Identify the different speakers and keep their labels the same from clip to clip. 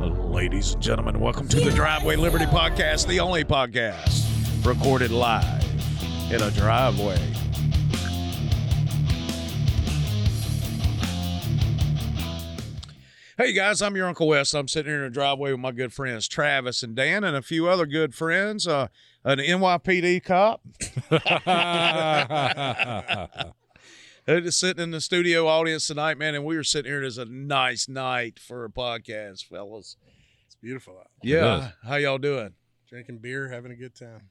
Speaker 1: Ladies and gentlemen, welcome to the Driveway Liberty Podcast, the only podcast recorded live in a driveway. Hey guys, I'm your Uncle Wes. I'm sitting here in a driveway with my good friends Travis and Dan and a few other good friends, uh, an NYPD cop They're just sitting in the studio audience tonight, man, and we were sitting here. It is a nice night for a podcast, fellas.
Speaker 2: It's beautiful out.
Speaker 1: Yeah. How y'all doing?
Speaker 2: Drinking beer, having a good time.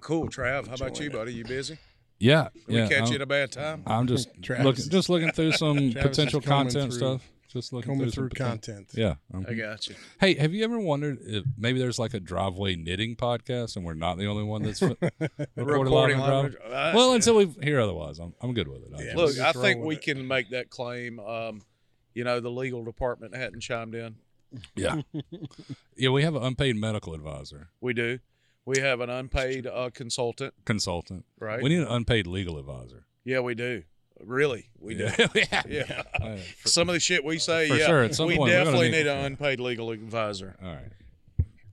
Speaker 1: Cool, Trav. How about you, buddy? You busy?
Speaker 3: yeah,
Speaker 1: Did
Speaker 3: yeah.
Speaker 1: we catch
Speaker 3: I'm,
Speaker 1: you at a bad time?
Speaker 3: I'm just
Speaker 2: Travis
Speaker 3: looking,
Speaker 2: is-
Speaker 3: just looking through some
Speaker 2: Travis is
Speaker 3: potential
Speaker 2: combing
Speaker 3: content
Speaker 2: through-
Speaker 3: stuff. Just looking
Speaker 2: Combing
Speaker 3: some
Speaker 2: through
Speaker 3: poten-
Speaker 2: content.
Speaker 3: Yeah. um,
Speaker 1: I got you.
Speaker 3: Hey, have you ever wondered if maybe there's like a driveway knitting podcast and we're not the only one that's fi- recorded live in the driveway?
Speaker 1: language. Uh,
Speaker 3: Well, until we hear otherwise, I'm, I'm good with it. I
Speaker 2: Yeah.
Speaker 3: just-
Speaker 1: look,
Speaker 2: just
Speaker 1: I
Speaker 2: roll
Speaker 1: think
Speaker 2: with
Speaker 1: we
Speaker 2: it.
Speaker 1: can make that claim. Um, you know, the legal department hadn't chimed in.
Speaker 3: yeah, we have an unpaid medical advisor
Speaker 1: We do. We have an unpaid uh, consultant,
Speaker 3: consultant.
Speaker 1: right?
Speaker 3: We need an unpaid legal advisor.
Speaker 1: yeah, we do. Really, we do.
Speaker 3: yeah. yeah.
Speaker 1: Yeah.
Speaker 3: Uh, for-
Speaker 1: Some of the shit we say,
Speaker 3: for
Speaker 1: yeah,
Speaker 3: sure, at some
Speaker 1: we
Speaker 3: point, we're gonna
Speaker 1: definitely
Speaker 3: need-
Speaker 1: need an unpaid legal advisor.
Speaker 3: all right.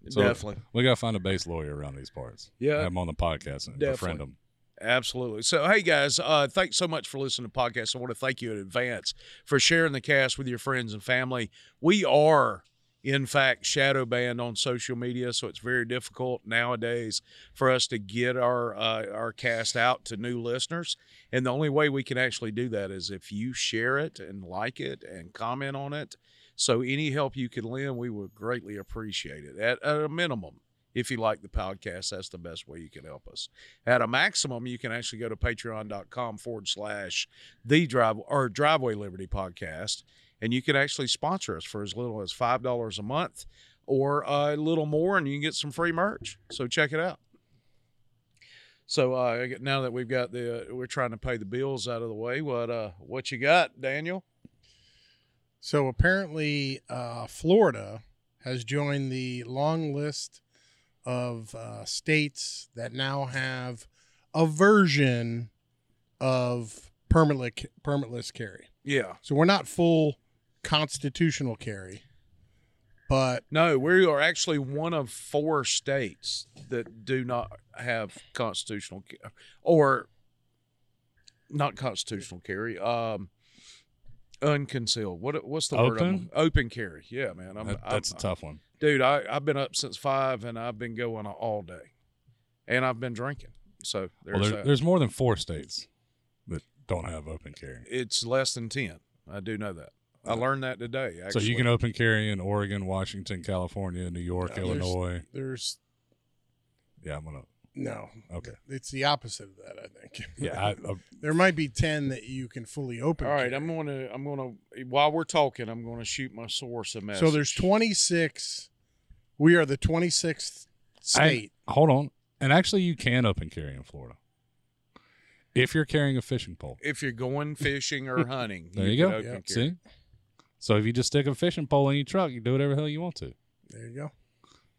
Speaker 3: So-
Speaker 1: definitely.
Speaker 3: We got to find a base lawyer around these parts.
Speaker 1: Yeah.
Speaker 3: Have him on the podcast and
Speaker 1: Uh, Definitely.
Speaker 3: befriend him.
Speaker 1: Absolutely. So, hey guys, uh, thanks so much for listening to the podcast. I want to thank you in advance for sharing the cast with your friends and family. We are, in fact, shadow banned on social media, so it's very difficult nowadays for us to get our uh, our cast out to new listeners. And the only way we can actually do that is if you share it and like it and comment on it. So, any help you can lend, we would greatly appreciate it. At, at a minimum, if you like the podcast, that's the best way you can help us at a maximum, you can actually go to patreon.com forward slash the drive or driveway liberty podcast, and you can actually sponsor us for as little as five dollars a month or uh, a little more, and you can get some free merch. So check it out. So uh, now that we've got the we're trying to pay the bills out of the way, what uh what you got, Daniel?
Speaker 2: So apparently, uh, Florida has joined the long list of uh, states that now have a version of permit permitless carry.
Speaker 1: Yeah,
Speaker 2: So we're not full constitutional carry, but
Speaker 1: no, we are actually one of four states that do not have constitutional ca- or not constitutional carry. Um, unconcealed. What what's the word? I'm-
Speaker 3: Open?
Speaker 1: Open carry. Yeah, man. I'm,
Speaker 3: That- that's a
Speaker 1: I'm-
Speaker 3: tough one.
Speaker 1: dude. I I've been up since five and I've been going all day, and I've been drinking. So there's
Speaker 3: Well, there,
Speaker 1: that.
Speaker 3: there's more than four states that don't have open carry.
Speaker 1: it's less than ten. I do know that. I learned that today. Actually.
Speaker 3: So you can open carry in Oregon, Washington, California, New York,
Speaker 2: Yeah, there's-
Speaker 3: Illinois.
Speaker 2: there's
Speaker 3: Yeah, I'm gonna.
Speaker 2: no.
Speaker 3: Okay.
Speaker 2: It's the opposite of that, I think.
Speaker 3: Yeah, I, uh, I,
Speaker 2: there might be 10 that you can fully open.
Speaker 1: All right,
Speaker 2: carry.
Speaker 1: I'm gonna I'm gonna while we're talking, I'm gonna shoot my source a message.
Speaker 2: So there's 26. We are the 26th state.
Speaker 3: hold on. And actually, you can open carry in Florida if you're carrying a fishing pole.
Speaker 1: if you're going fishing or hunting.
Speaker 3: There you
Speaker 1: can
Speaker 3: go.
Speaker 1: open
Speaker 2: Yeah.
Speaker 1: carry.
Speaker 3: See. So if you just stick a fishing pole in your truck, you do whatever the hell you want to.
Speaker 2: there you go.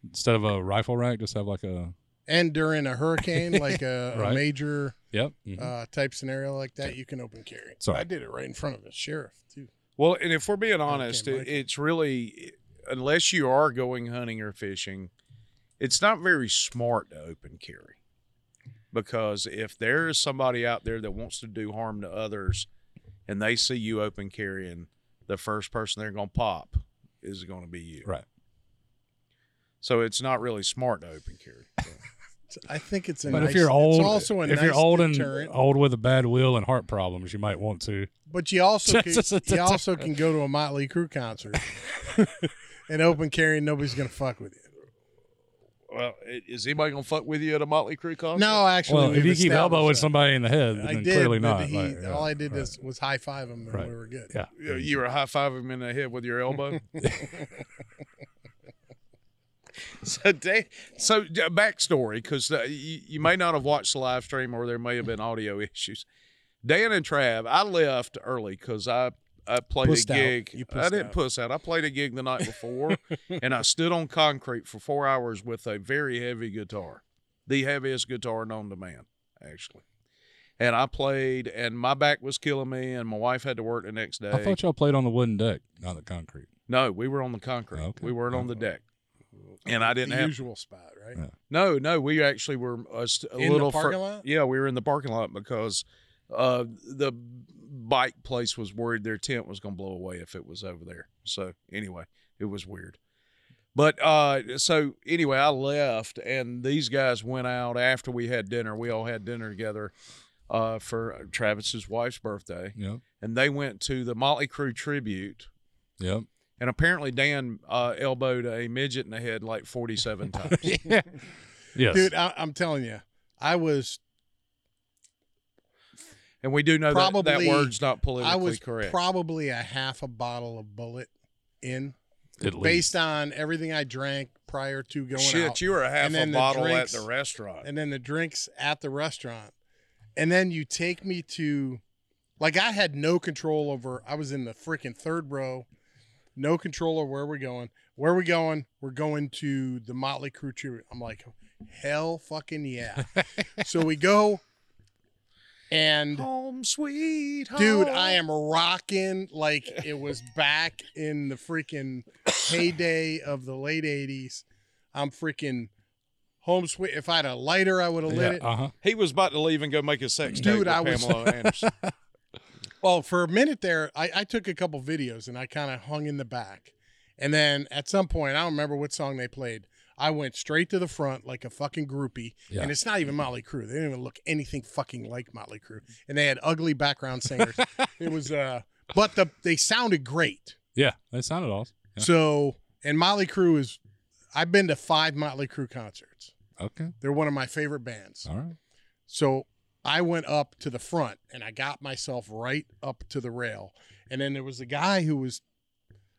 Speaker 3: Instead of a rifle rack, just have like a
Speaker 2: And during a hurricane, like a,
Speaker 3: Right.
Speaker 2: a major
Speaker 3: yep. mhm.
Speaker 2: uh, type scenario like that, you can open carry.
Speaker 3: Sorry.
Speaker 2: I did it right in front of a sheriff too.
Speaker 1: Well, and if we're being honest,
Speaker 2: like
Speaker 1: it,
Speaker 2: it.
Speaker 1: it's really unless you are going hunting or fishing, it's not very smart to open carry. Because if there is somebody out there that wants to do harm to others and they see you open carrying, the first person they're going to pop is going to be you.
Speaker 3: Right.
Speaker 1: So it's not really smart to open carry.
Speaker 2: I think it's a
Speaker 3: But
Speaker 2: nice,
Speaker 3: if you're old,
Speaker 2: it's also a
Speaker 3: if
Speaker 2: nice
Speaker 3: you're old
Speaker 2: deterrent.
Speaker 3: and old with a bad will and heart problems, you might want to.
Speaker 2: but you also can,
Speaker 3: It's a
Speaker 2: you
Speaker 3: deterrent.
Speaker 2: also can go to a Motley Crue concert and open carry, and nobody's gonna fuck with you.
Speaker 1: Well, i- is anybody going to fuck with you at a Motley Crue concert?
Speaker 2: No, actually,
Speaker 3: Well, if
Speaker 2: we've
Speaker 3: you keep elbowing
Speaker 2: established that.
Speaker 3: somebody in the head, then
Speaker 2: I did.
Speaker 3: clearly
Speaker 2: but
Speaker 3: not.
Speaker 2: he-
Speaker 3: like, yeah,
Speaker 2: all I did
Speaker 3: right.
Speaker 2: is, was high five him, and
Speaker 3: Right.
Speaker 2: we were good.
Speaker 3: Yeah.
Speaker 1: You, know, you were high fiving him in the head with your elbow. so, da- so uh, backstory, because uh, you, you may not have watched the live stream, or there may have been audio issues. Dan and Trav, I left early because I I played
Speaker 2: Pussed
Speaker 1: a
Speaker 2: out.
Speaker 1: gig.
Speaker 2: You
Speaker 1: I
Speaker 2: pussed
Speaker 1: didn't
Speaker 2: out.
Speaker 1: puss out. I played a gig the night before, and I stood on concrete for four hours with a very heavy guitar, the heaviest guitar known to man, actually. And I played, and my back was killing me, and my wife had to work the next day.
Speaker 3: I thought y'all played on the wooden deck, not the concrete.
Speaker 1: No, we were on the concrete.
Speaker 3: Okay.
Speaker 1: We weren't on the deck. And I didn't
Speaker 2: the
Speaker 1: have
Speaker 2: usual spot, right?
Speaker 3: Yeah.
Speaker 1: no, no. We actually were a, st- a
Speaker 2: In
Speaker 1: little
Speaker 2: the
Speaker 1: fur-
Speaker 2: parking lot.
Speaker 1: Yeah, we were in the parking lot because uh, the bike place was worried their tent was going to blow away if it was over there. So anyway, it was weird. But uh, so anyway, I left, and these guys went out after we had dinner. We all had dinner together uh, for Travis's wife's birthday,
Speaker 3: Yep.
Speaker 1: and they went to the Motley Crue tribute.
Speaker 3: Yep.
Speaker 1: And apparently, Dan uh, elbowed a midget in the head like forty-seven times.
Speaker 3: Yes.
Speaker 2: Dude, I, I'm telling you, I was
Speaker 1: And we do know that, that
Speaker 2: Probably-
Speaker 1: word's not politically
Speaker 2: I was
Speaker 1: correct.
Speaker 2: probably a half a bottle of bullet in,
Speaker 3: At least.
Speaker 2: based on everything I drank prior to going
Speaker 1: Shit,
Speaker 2: out,
Speaker 1: you were a half
Speaker 2: And
Speaker 1: a
Speaker 2: then the
Speaker 1: bottle
Speaker 2: drinks-
Speaker 1: at the restaurant.
Speaker 2: and then the drinks at the restaurant, and then you take me to, like I had no control over. I was in the freaking third row, no control over where we're going. Where we going? We're going to the Motley Crue tribute. I'm like, hell, fucking yeah! so we go, and
Speaker 1: home sweet home.
Speaker 2: Dude, I am rocking like it was back in the freaking heyday of the late 80s. I'm freaking home sweet. If I had a lighter, I would have lit
Speaker 3: Yeah,
Speaker 2: it.
Speaker 3: uh-huh.
Speaker 1: He was about to leave and go make a sex tape
Speaker 2: Dude,
Speaker 1: with
Speaker 2: I was-
Speaker 1: Pamela Anderson.
Speaker 2: Well, for a minute there, I, I took a couple videos and I kind of hung in the back. And then at some point, I don't remember what song they played. I went straight to the front like a fucking groupie.
Speaker 3: Yeah.
Speaker 2: And it's not even Motley Crue. They didn't even look anything fucking like Motley Crue. And they had ugly background singers. it was, uh, but the, they sounded great.
Speaker 3: Yeah. That sounded awesome. Yeah.
Speaker 2: So, and Motley Crue is, I've been to five Motley Crue concerts.
Speaker 3: Okay.
Speaker 2: They're one of my favorite bands.
Speaker 3: All right.
Speaker 2: So I went up to the front and I got myself right up to the rail. And then there was a guy who was,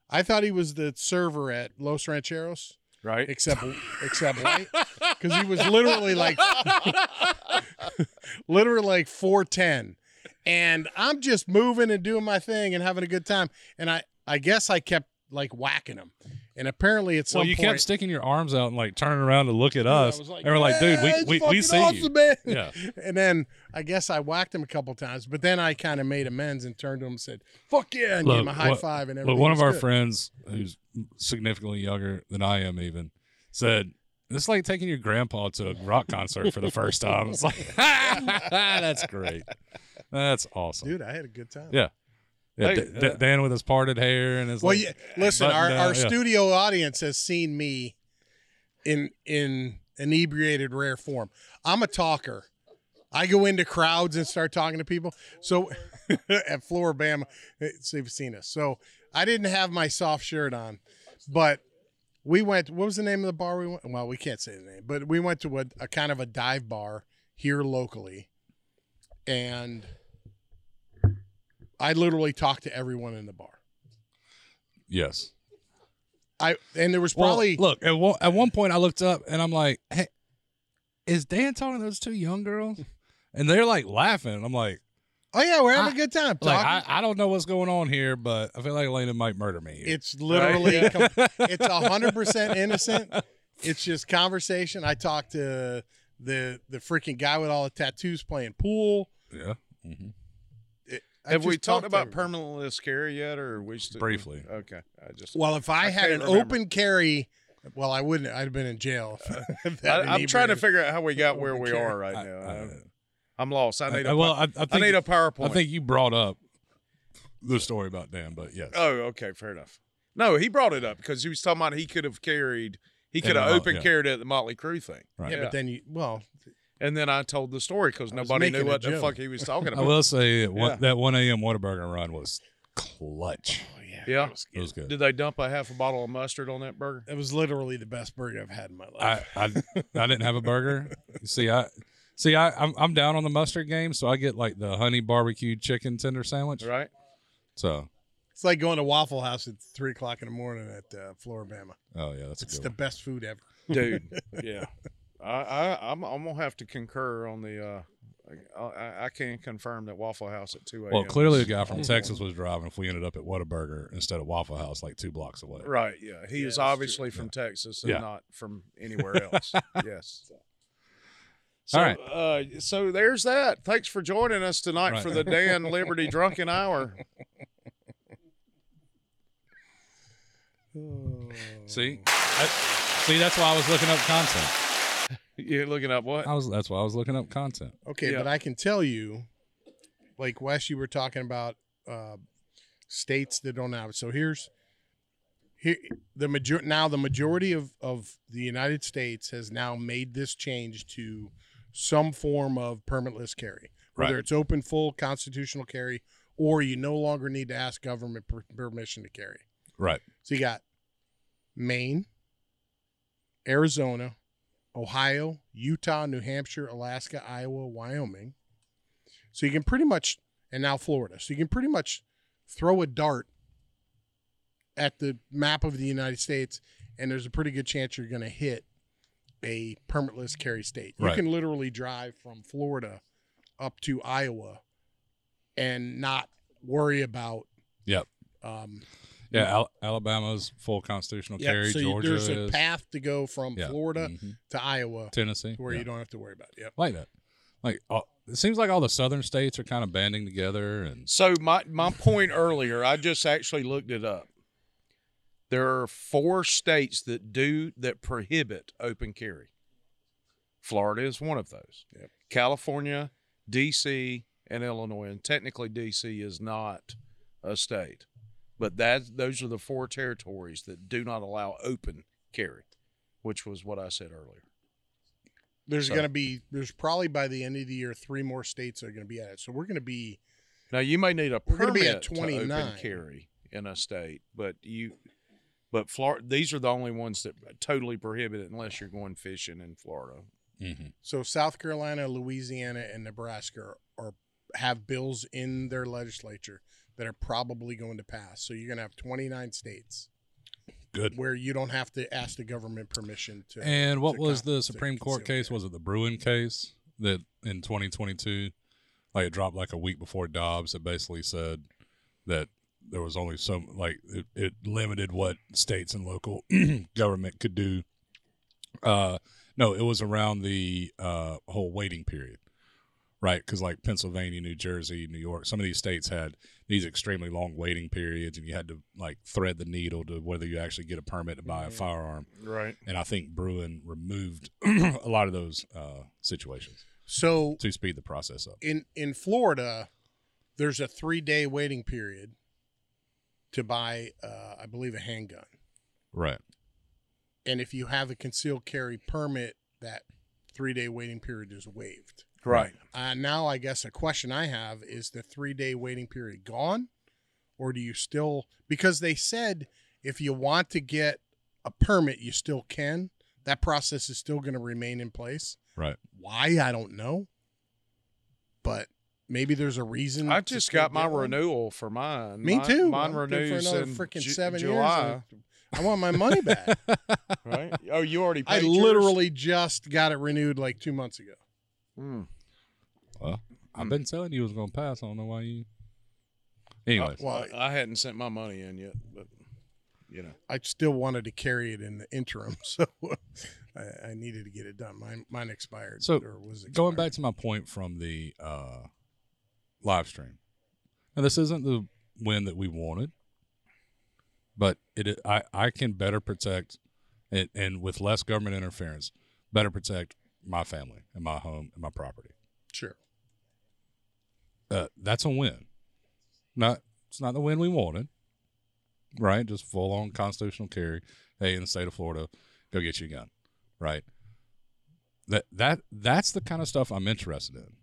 Speaker 2: I thought he was the server at Los Rancheros,
Speaker 1: right?
Speaker 2: except except white, because he was literally like, literally like four ten, and I'm just moving and doing my thing and having a good time. And I, I guess I kept like whacking him, and apparently at some
Speaker 3: So you
Speaker 2: point,
Speaker 3: kept sticking your arms out and like turning around to look at
Speaker 2: I
Speaker 3: us.
Speaker 2: was
Speaker 3: they were like, dude,
Speaker 2: "Yeah, it's
Speaker 3: we, we, we
Speaker 2: fucking
Speaker 3: see you.
Speaker 2: awesome, man."
Speaker 3: Yeah.
Speaker 2: And then I guess I whacked him a couple times, but then I kind of made amends and turned to him and said, "Fuck yeah!" and gave
Speaker 3: Look,
Speaker 2: him a high
Speaker 3: what-
Speaker 2: five and everything.
Speaker 3: But one
Speaker 2: was
Speaker 3: of our
Speaker 2: good.
Speaker 3: friends, who's significantly younger than I am, even said, "It's like taking your grandpa to a rock concert for the first time." It's like, "Ah, that's great. That's awesome.
Speaker 2: dude, I had a good time.
Speaker 3: Yeah. Yeah,
Speaker 1: Hey,
Speaker 3: D- D-
Speaker 1: uh,
Speaker 3: Dan with his parted hair and his.
Speaker 2: Well,
Speaker 3: like-
Speaker 2: yeah, listen,
Speaker 3: button
Speaker 2: our,
Speaker 3: down,
Speaker 2: our
Speaker 3: yeah.
Speaker 2: studio audience has seen me in in inebriated rare form. I'm a talker. I go into crowds and start talking to people. So at Floribama, eh, so you've seen us. So I didn't have my soft shirt on, but we went. What was the name of the bar we went? Well, we can't say the name, but we went to a, a kind of a dive bar here locally, and I literally talked to everyone in the bar.
Speaker 3: yes.
Speaker 2: I and there was probably
Speaker 3: Well, look at one, at one point I looked up and I'm like, "Hey, is Dan talking to those two young girls?" And they're like laughing. I'm like,
Speaker 2: oh yeah, we're having
Speaker 3: I-
Speaker 2: a good time. Talking.
Speaker 3: like I, I don't know what's going on here, but I feel like Elena might murder me. here."
Speaker 2: it's literally
Speaker 1: Right.
Speaker 2: com- it's hundred percent innocent. It's just conversation. I talked to the the freaking guy with all the tattoos playing pool.
Speaker 3: yeah. hmm
Speaker 2: I
Speaker 1: Have we
Speaker 2: just
Speaker 1: talked
Speaker 2: to
Speaker 1: about
Speaker 2: everybody.
Speaker 1: permanently care yet, or we still
Speaker 3: Briefly.
Speaker 1: Okay, I just
Speaker 2: Well, if I,
Speaker 1: I
Speaker 2: had
Speaker 1: can't
Speaker 2: an
Speaker 1: remember.
Speaker 2: open carry, well, I wouldn't. I'd have been in jail. if
Speaker 1: I,
Speaker 2: I'd been
Speaker 1: I'm trying to
Speaker 2: inebriated.
Speaker 1: figure out how we got where we
Speaker 2: Okay.
Speaker 1: are right now. I, am lost. I need a well,
Speaker 3: well, I, I think,
Speaker 1: I need a PowerPoint.
Speaker 3: I think you brought up the story about Dan, but yes,
Speaker 1: Oh, okay, fair enough. No, he brought it up because he was talking about he could have carried, he
Speaker 3: In
Speaker 1: could
Speaker 3: the
Speaker 1: have
Speaker 3: Mo-
Speaker 1: open
Speaker 3: yeah.
Speaker 1: carried at the Motley Crue thing.
Speaker 3: Right.
Speaker 2: Yeah, but then you well,
Speaker 1: And then I told the story because
Speaker 2: I was
Speaker 1: nobody knew
Speaker 2: making a
Speaker 1: what the
Speaker 2: joke.
Speaker 1: fuck he was talking
Speaker 3: I
Speaker 1: about.
Speaker 3: will say that one,
Speaker 1: Yeah.
Speaker 3: that one a.m. Whataburger run was clutch.
Speaker 2: oh,
Speaker 1: Yeah.
Speaker 3: It was good.
Speaker 1: Did they dump a half a bottle of mustard on that burger?
Speaker 2: it was literally the best burger I've had in my life.
Speaker 3: I, I I didn't have a burger. See, I see I I'm, I'm down on the mustard game, so I get like the honey barbecue chicken tender sandwich.
Speaker 1: Right?
Speaker 3: So,
Speaker 2: it's like going to Waffle House at three o'clock in the morning at uh, Floribama.
Speaker 3: oh yeah, that's a
Speaker 2: It's
Speaker 3: good.
Speaker 2: the best food ever.
Speaker 1: Dude. yeah. I, I I'm I'm gonna have to concur on the uh I, I, I can confirm that Waffle House at two AM.
Speaker 3: one. Well, clearly the guy from Texas was driving. If we ended up at Whataburger instead of Waffle House, like two blocks away.
Speaker 1: Right, yeah. He
Speaker 2: Yeah, that's
Speaker 1: is
Speaker 2: true.
Speaker 1: obviously from Texas and
Speaker 3: Yeah.
Speaker 1: not from anywhere else. yes. So,
Speaker 3: All right.
Speaker 1: uh, so there's that. Thanks for joining us tonight
Speaker 3: Right.
Speaker 1: for the Dan Liberty Drunken Hour.
Speaker 2: Oh.
Speaker 3: See, I, see, that's why I was looking up content.
Speaker 1: You're looking up what?
Speaker 3: I was that's why I was looking up content.
Speaker 2: Okay,
Speaker 1: Yeah.
Speaker 2: but I can tell you, like Wes, you were talking about uh, states that don't have. it. So here's here the major now the majority of of the United States has now made this change to some form of permitless carry, whether
Speaker 3: Right.
Speaker 2: it's open, full, constitutional carry, or you no longer need to ask government per- permission to carry.
Speaker 3: Right.
Speaker 2: So you got Maine, Arizona, Ohio, Utah, New Hampshire, Alaska, Iowa, Wyoming. So you can pretty much, and now Florida. So you can pretty much throw a dart at the map of the United States, and there's a pretty good chance you're going to hit a permitless carry state. You
Speaker 3: Right.
Speaker 2: can literally drive from Florida up to Iowa and not worry about.
Speaker 3: Yep.
Speaker 2: Um,
Speaker 3: Yeah. Al- Alabama's full constitutional
Speaker 2: Yep,
Speaker 3: carry.
Speaker 2: so you-
Speaker 3: Georgia
Speaker 2: there's a
Speaker 3: is.
Speaker 2: path to go from
Speaker 3: Yeah,
Speaker 2: Florida
Speaker 3: mhm.
Speaker 2: to Iowa
Speaker 3: Tennessee.
Speaker 2: to where
Speaker 3: yeah.
Speaker 2: you don't have to worry about it. Yep.
Speaker 3: like that. Like all, it seems like all the southern states are kind of banding together and
Speaker 1: So my my point earlier, I just actually looked it up. There are four states that do that prohibit open carry. Florida is one of those.
Speaker 2: Yep.
Speaker 1: California, D.C., and Illinois, and technically D.C. is not a state, but that those are the four territories that do not allow open carry, which was what I said earlier.
Speaker 2: There's
Speaker 1: So-
Speaker 2: going to be there's probably by the end of the year three more states are going to be at it. So we're going to be
Speaker 1: Now you may need a
Speaker 2: We're gonna
Speaker 1: permit
Speaker 2: be at
Speaker 1: to
Speaker 2: 29.
Speaker 1: open carry in a state, but you, but Florida. These are the only ones that totally prohibit it unless you're going fishing in Florida.
Speaker 3: Mhm.
Speaker 2: so South Carolina, Louisiana, and Nebraska are, are have bills in their legislature that are probably going to pass. So you're going to have 29 states
Speaker 3: good.
Speaker 2: where you don't have to ask the government permission to.
Speaker 3: And what
Speaker 2: to
Speaker 3: was
Speaker 2: con-
Speaker 3: the
Speaker 2: to
Speaker 3: Supreme
Speaker 2: conceal
Speaker 3: Court case?
Speaker 2: carry.
Speaker 3: Was it the Bruin case that in 2022, like it dropped like a week before Dobbs? It basically said that there was only some like it, it limited what states and local government could do. Uh, no, it was around the uh, whole waiting period, right? Because like Pennsylvania, New Jersey, New York, some of these states had these extremely long waiting periods, and you had to like thread the needle to whether you actually get a permit to buy a
Speaker 2: Mhm.
Speaker 3: firearm
Speaker 1: Right.
Speaker 3: and I think Bruin removed a lot of those uh, situations
Speaker 2: so
Speaker 3: to speed the process up.
Speaker 2: in in Florida, there's a three day waiting period to buy, uh, I believe, a handgun.
Speaker 3: Right.
Speaker 2: And if you have a concealed carry permit, that three day waiting period is waived.
Speaker 1: Right.
Speaker 2: Uh, now, I guess a question I have is the three day waiting period gone, or do you still? Because they said if you want to get a permit, you still can. That process is still going to remain in place.
Speaker 3: Right.
Speaker 2: Why I don't know, but maybe there's Mm, a reason.
Speaker 1: I
Speaker 2: to
Speaker 1: just
Speaker 2: still
Speaker 1: got my
Speaker 2: get one.
Speaker 1: renewal for mine.
Speaker 2: Me
Speaker 1: Mine-
Speaker 2: too.
Speaker 1: Mine
Speaker 2: I'm good
Speaker 1: renews
Speaker 2: for another
Speaker 1: in
Speaker 2: freaking
Speaker 1: Ju-
Speaker 2: seven
Speaker 1: July.
Speaker 2: years. and I want my money back.
Speaker 1: right. Oh, you already.
Speaker 2: I
Speaker 1: Paid yours?
Speaker 2: literally just got it renewed like two months ago.
Speaker 1: Hmm.
Speaker 3: I've been telling you it was going to pass. I don't know why you. Anyways,
Speaker 2: Well,
Speaker 1: I, I hadn't sent my money in yet, but you know.
Speaker 2: I still wanted to carry it in the interim, so I, I needed to get it done. Mine, mine expired.
Speaker 3: So,
Speaker 2: or was
Speaker 3: going
Speaker 2: expired.
Speaker 3: back to my point from the uh, live stream. Now, this isn't the win that we wanted, but it I, I can better protect it and with less government interference, better protect my family and my home and my property.
Speaker 2: sure.
Speaker 3: uh, that's a win. Not it's not the win we wanted, right? Just full on constitutional carry. Hey, in the state of Florida, go get you a gun, right? That that that's the kind of stuff I'm interested in.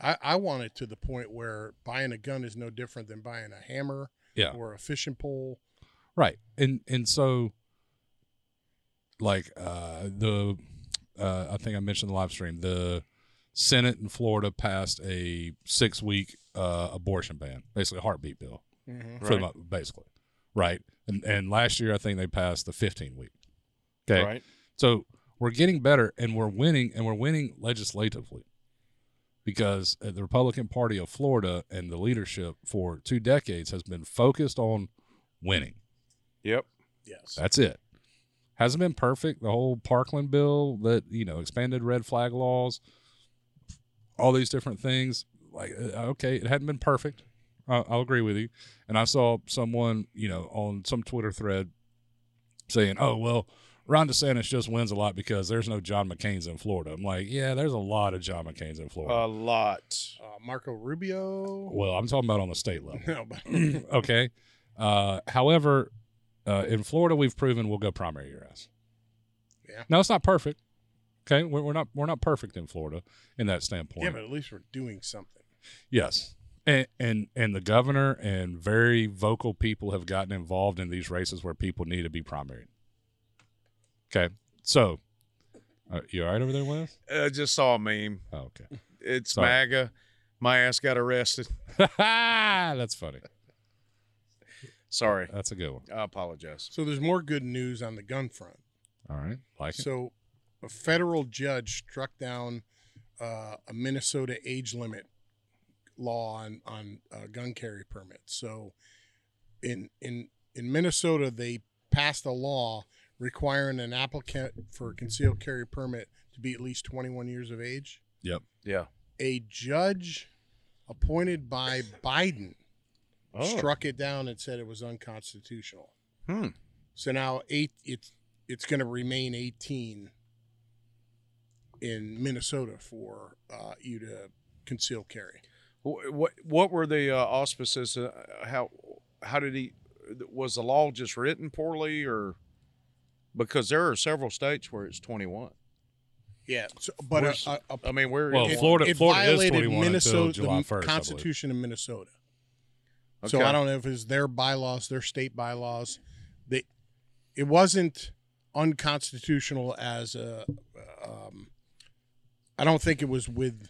Speaker 2: I, I want it to the point where buying a gun is no different than buying a hammer
Speaker 3: Yeah.
Speaker 2: or a fishing pole.
Speaker 3: Right. And and so like uh the uh I think I mentioned the live stream, the Senate in Florida passed a six week uh abortion ban, basically a heartbeat bill. for the
Speaker 1: Right.
Speaker 3: month, basically, right? And and last year I think they passed the 15 week. Okay,
Speaker 1: Right.
Speaker 3: so we're getting better and we're winning and we're winning legislatively because uh, the Republican Party of Florida and the leadership for two decades has been focused on winning.
Speaker 1: Yep.
Speaker 2: Yes.
Speaker 3: That's it. Hasn't been perfect. The whole Parkland bill that you know expanded red flag laws, all these different things. Like uh, okay, it hadn't been perfect. I I'll agree with you. And I saw someone you know on some Twitter thread saying, "Oh well, Ron DeSantis just wins a lot because there's no John McCain's in Florida." I'm like, "Yeah, there's a lot of John McCain's in Florida."
Speaker 1: A lot.
Speaker 2: Uh, Marco Rubio.
Speaker 3: well, I'm talking about on the state level.
Speaker 2: No, but
Speaker 3: okay. Uh, however, uh, in Florida, we've proven we'll go primary URS.
Speaker 2: Yeah.
Speaker 3: Now it's not perfect. Okay, we're, we're not we're not perfect in Florida in that standpoint.
Speaker 2: yeah, but at least we're doing something.
Speaker 3: Yes. And, and and the governor and very vocal people have gotten involved in these races where people need to be primaried. Okay, so uh, you all right over there, Wes?
Speaker 1: I just saw a meme.
Speaker 3: Oh, okay,
Speaker 1: It's
Speaker 3: Sorry.
Speaker 1: MAGA. My ass got arrested.
Speaker 3: that's funny.
Speaker 1: Sorry.
Speaker 3: That's a good one.
Speaker 1: I apologize.
Speaker 2: So there's more good news on the gun front.
Speaker 3: All right, like it.
Speaker 2: So, a federal judge struck down uh, a Minnesota age limit law on on uh, gun carry permits. So, in in in Minnesota, they passed a law requiring an applicant for a concealed carry permit to be at least 21 years of age.
Speaker 1: Yeah.
Speaker 2: A judge appointed by Biden
Speaker 1: Oh.
Speaker 2: struck it down and said it was unconstitutional.
Speaker 1: Hmm.
Speaker 2: So now eight, it's it's going to remain eighteen in Minnesota for uh, you to conceal carry.
Speaker 1: Wh- What what were the uh, auspices? Uh, how how did he? Was the law just written poorly, or because there are several states where it's twenty one?
Speaker 2: Yeah, so, but uh,
Speaker 1: Where's-
Speaker 2: a, a, a,
Speaker 1: I mean, we're
Speaker 3: Well,
Speaker 1: in-
Speaker 3: Oh, Florida-
Speaker 2: it
Speaker 3: is
Speaker 2: violated
Speaker 3: 21 until
Speaker 2: Minnesota
Speaker 3: July 1st,
Speaker 2: the
Speaker 3: I believe.
Speaker 2: Constitution of Minnesota. So
Speaker 1: Okay.
Speaker 2: I don't know if it's their bylaws, their state bylaws. That it wasn't unconstitutional as a. Um, I don't think it was with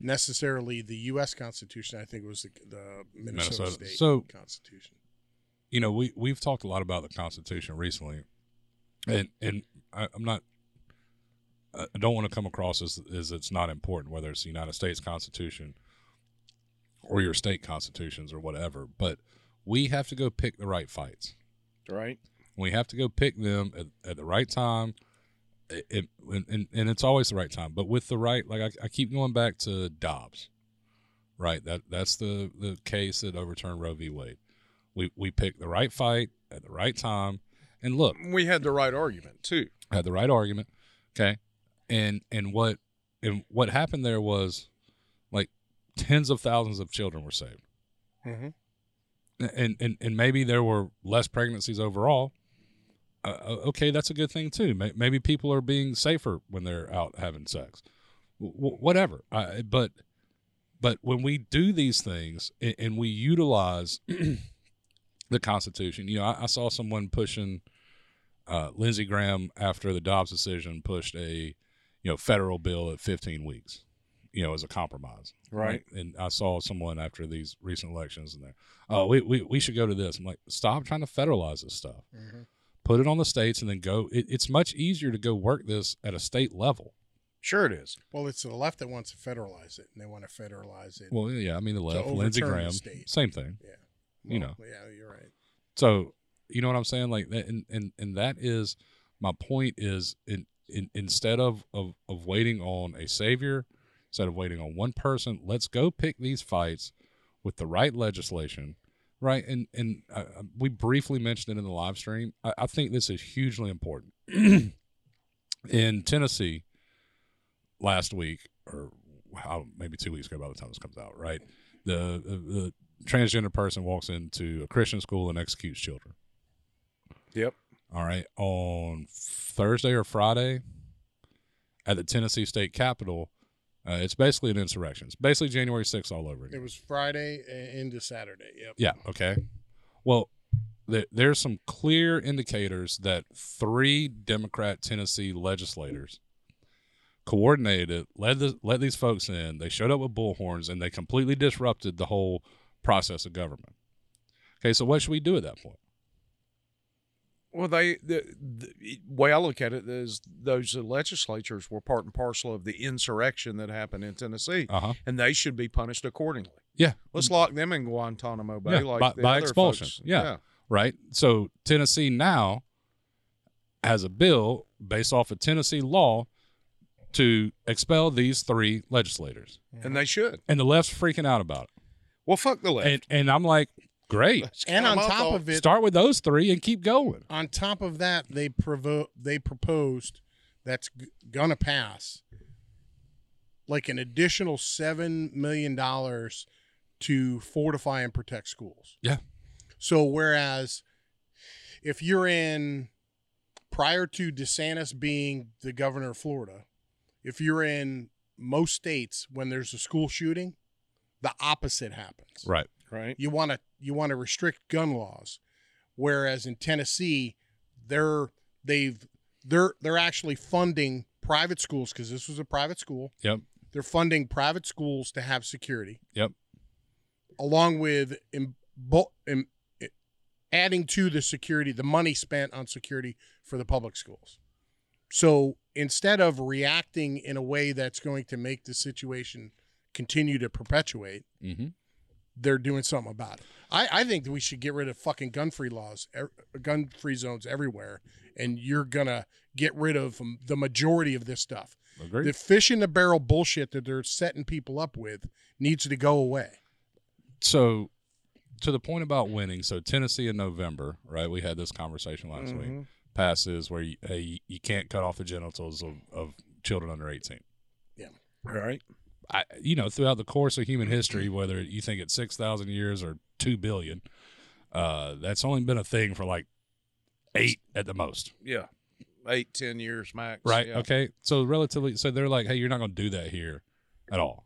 Speaker 2: necessarily the U.S. Constitution. I think it was the, the Minnesota,
Speaker 3: Minnesota.
Speaker 2: state
Speaker 3: So-
Speaker 2: constitution.
Speaker 3: you know we we've talked a lot about the Constitution recently, and and I, I'm not. I don't want to come across as as it's not important whether it's the United States Constitution or your state constitutions or whatever, but we have to go pick the right fights.
Speaker 1: right.
Speaker 3: We have to go pick them at, at the right time. It, it- and, and, and it's always the right time, but with the right, like I, I keep going back to Dobbs, right? That that's the the case that overturned Roe v. Wade. We we picked the right fight at the right time, and look,
Speaker 1: We had the right argument too.
Speaker 3: had the right argument. Okay, and and what and what happened there was like tens of thousands of children were saved
Speaker 2: Mhm.
Speaker 3: and and, and maybe there were less pregnancies overall. Uh, o- okay, that's a good thing too. May- Maybe people are being safer when they're out having sex, w- w- whatever. I, but but when we do these things and, and we utilize the Constitution, you know, I, I saw someone pushing uh, Lindsey Graham after the Dobbs decision pushed a you know federal bill at 15 weeks, you know, as a compromise and i saw someone after these recent elections and they're oh we, we we should go to this i'm like stop trying to federalize this stuff
Speaker 2: Mhm.
Speaker 3: put it on the states and then go it, it's much easier to go work this at a state level
Speaker 1: Sure, it is.
Speaker 2: Well, it's the left that wants to federalize it, and they want to federalize it.
Speaker 3: well yeah i mean the left
Speaker 2: overturn
Speaker 3: lindsey
Speaker 2: the
Speaker 3: graham
Speaker 2: state.
Speaker 3: same thing
Speaker 2: yeah,
Speaker 3: you
Speaker 2: Well,
Speaker 3: know.
Speaker 2: Yeah, you're right.
Speaker 3: so you know what i'm saying like that and and, and that is my point is in, in instead of, of of waiting on a savior instead of waiting on one person let's go pick these fights with the right legislation right and and uh, uh, we briefly mentioned it in the live stream i, I think this is hugely important in tennessee last week or how maybe two weeks ago by the time this comes out right the the, the transgender person walks into a christian school and executes children
Speaker 1: Yep.
Speaker 3: all right on thursday or friday at the tennessee state capitol uh, it's basically an insurrection it's basically january 6th all over again
Speaker 2: It was Friday a- into Saturday. Yep.
Speaker 3: yeah. Okay. Well, there, there's some clear indicators that three Democrat Tennessee legislators coordinated, it, led the, let these folks in. They showed up with bullhorns and they completely disrupted the whole process of government. Okay. So what should we do at that point?
Speaker 1: Well, they the, the way I look at it is those uh, legislatures were part and parcel of the insurrection that happened in Tennessee,
Speaker 3: Uh huh.
Speaker 1: and they should be punished accordingly.
Speaker 3: Yeah.
Speaker 1: Let's lock them in Guantanamo Bay,
Speaker 3: Yeah,
Speaker 1: like
Speaker 3: by-
Speaker 1: the
Speaker 3: by
Speaker 1: other
Speaker 3: expulsion.
Speaker 1: folks.
Speaker 3: Yeah. right? So Tennessee now has a bill based off of Tennessee law to expel these three legislators,
Speaker 1: and they should.
Speaker 3: and the left's freaking out about it.
Speaker 1: Well, fuck the left.
Speaker 3: and and I'm like, Great.
Speaker 2: And on
Speaker 4: kinda my
Speaker 2: top
Speaker 4: fault.
Speaker 2: of it,
Speaker 3: Start with those three and keep going.
Speaker 2: on top of that, they provo- they proposed that's g- gonna pass like an additional seven million dollars to fortify and protect schools.
Speaker 3: Yeah.
Speaker 2: So whereas if you're in prior to DeSantis being the governor of Florida, if you're in most states when there's a school shooting, the opposite happens
Speaker 3: Right.
Speaker 1: Right.
Speaker 2: you want to you want to restrict gun laws whereas in Tennessee they're they've they're they're actually funding private schools cuz this was a private school
Speaker 3: Yep.
Speaker 2: they're funding private schools to have security
Speaker 3: Yep.
Speaker 2: along with em- bo- em- e, adding to the security the money spent on security for the public schools so instead of reacting in a way that's going to make the situation continue to perpetuate
Speaker 3: Mm-hmm.
Speaker 2: they're doing something about it. I, I think that we should get rid of fucking gun free laws, er, gun free zones everywhere, and you're gonna get rid of m- the majority of this stuff.
Speaker 3: Agreed.
Speaker 2: The fish in the barrel bullshit that they're setting people up with needs to go away.
Speaker 3: so to the point about winning, so Tennessee in November, right? We had this conversation last week.
Speaker 2: Mm-hmm.
Speaker 3: Passes where you, uh, you, you can't cut off the genitals of, of children under 18.
Speaker 1: All right.
Speaker 3: I, you know, throughout the course of human history, whether you think it's 6,000 years or 2 billion, uh, that's only been a thing for like eight at the most.
Speaker 1: Yeah. Eight, ten years max.
Speaker 3: Right.
Speaker 1: Yeah.
Speaker 3: Okay. So, relatively, so they're like, hey, you're not going to do that here at all.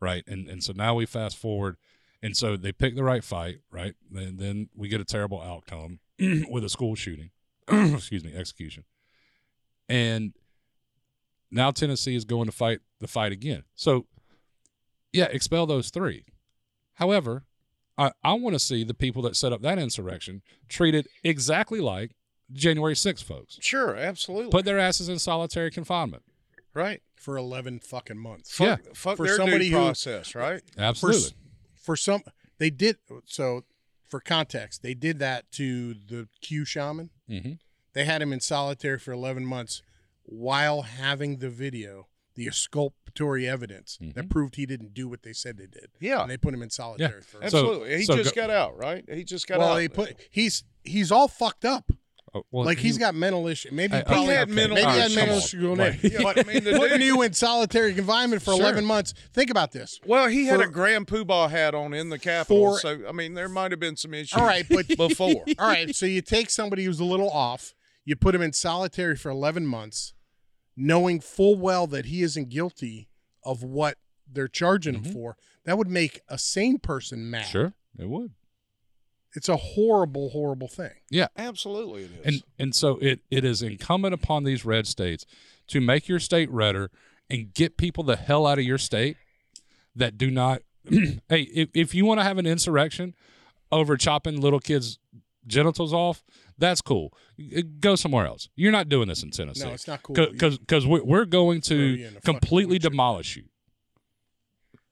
Speaker 3: Right. And, and so now we fast forward. And so they pick the right fight. Right. Then, then we get a terrible outcome with a school shooting, excuse me, execution. And now Tennessee is going to fight the fight again. So, yeah, expel those three. However, I, I want to see the people that set up that insurrection treated exactly like January 6th folks.
Speaker 1: Sure. Absolutely.
Speaker 3: Put their asses in solitary confinement.
Speaker 1: right.
Speaker 2: For eleven fucking months.
Speaker 3: Yeah.
Speaker 1: Fuck, fuck
Speaker 2: For
Speaker 1: their
Speaker 2: somebody
Speaker 1: due
Speaker 2: who-
Speaker 1: process, right?
Speaker 2: For
Speaker 3: Absolutely.
Speaker 2: s- for some they did so. For context, they did that to the Q shaman.
Speaker 3: hmm
Speaker 2: They had him in solitary for 11 months while having the video, the exculpatory evidence
Speaker 3: Mm-hmm.
Speaker 2: that proved he didn't do what they said they did.
Speaker 1: Yeah.
Speaker 2: And they put him in solitary for
Speaker 3: So-
Speaker 1: Absolutely. he
Speaker 3: so
Speaker 1: just
Speaker 3: go-
Speaker 1: got out, right? He just got
Speaker 2: Well,
Speaker 1: out.
Speaker 2: they put he's he's all fucked up.
Speaker 3: Oh, well,
Speaker 2: like he's got mental issues. Maybe
Speaker 3: I-
Speaker 2: he
Speaker 3: I-
Speaker 2: probably
Speaker 1: He had mental-
Speaker 2: maybe
Speaker 1: all
Speaker 2: he had
Speaker 1: right,
Speaker 2: mental
Speaker 1: come
Speaker 2: issues.
Speaker 3: on.
Speaker 2: going
Speaker 3: Like-
Speaker 2: in. But
Speaker 1: But, I mean, the
Speaker 2: Putting
Speaker 1: dude-
Speaker 2: you in solitary confinement for
Speaker 3: Sure.
Speaker 2: 11 months. Think about this.
Speaker 1: Well, he had
Speaker 2: for-
Speaker 1: a grand poobah hat on in the Capitol,
Speaker 2: For-
Speaker 1: so I mean, there might have been some issues.
Speaker 2: All right, but
Speaker 1: before.
Speaker 2: All right, so you take somebody who's a little off, you put him in solitary for 11 months, knowing full well that he isn't guilty of what they're charging him for. That would make a sane person mad.
Speaker 3: Mm-hmm. sure it would.
Speaker 2: It's a horrible, horrible thing.
Speaker 1: Absolutely, it is.
Speaker 3: And and so it it is incumbent upon these red states to make your state redder and get people the hell out of your state that do not. hey, if, if you want to have an insurrection over chopping little kids' genitals off, that's cool. Uh, Go somewhere else. You're not doing this in Tennessee.
Speaker 2: No, it's not cool.
Speaker 3: Because because we're going
Speaker 2: Throw
Speaker 3: to
Speaker 2: you in a fucking
Speaker 3: completely
Speaker 2: wheelchair.
Speaker 3: demolish you.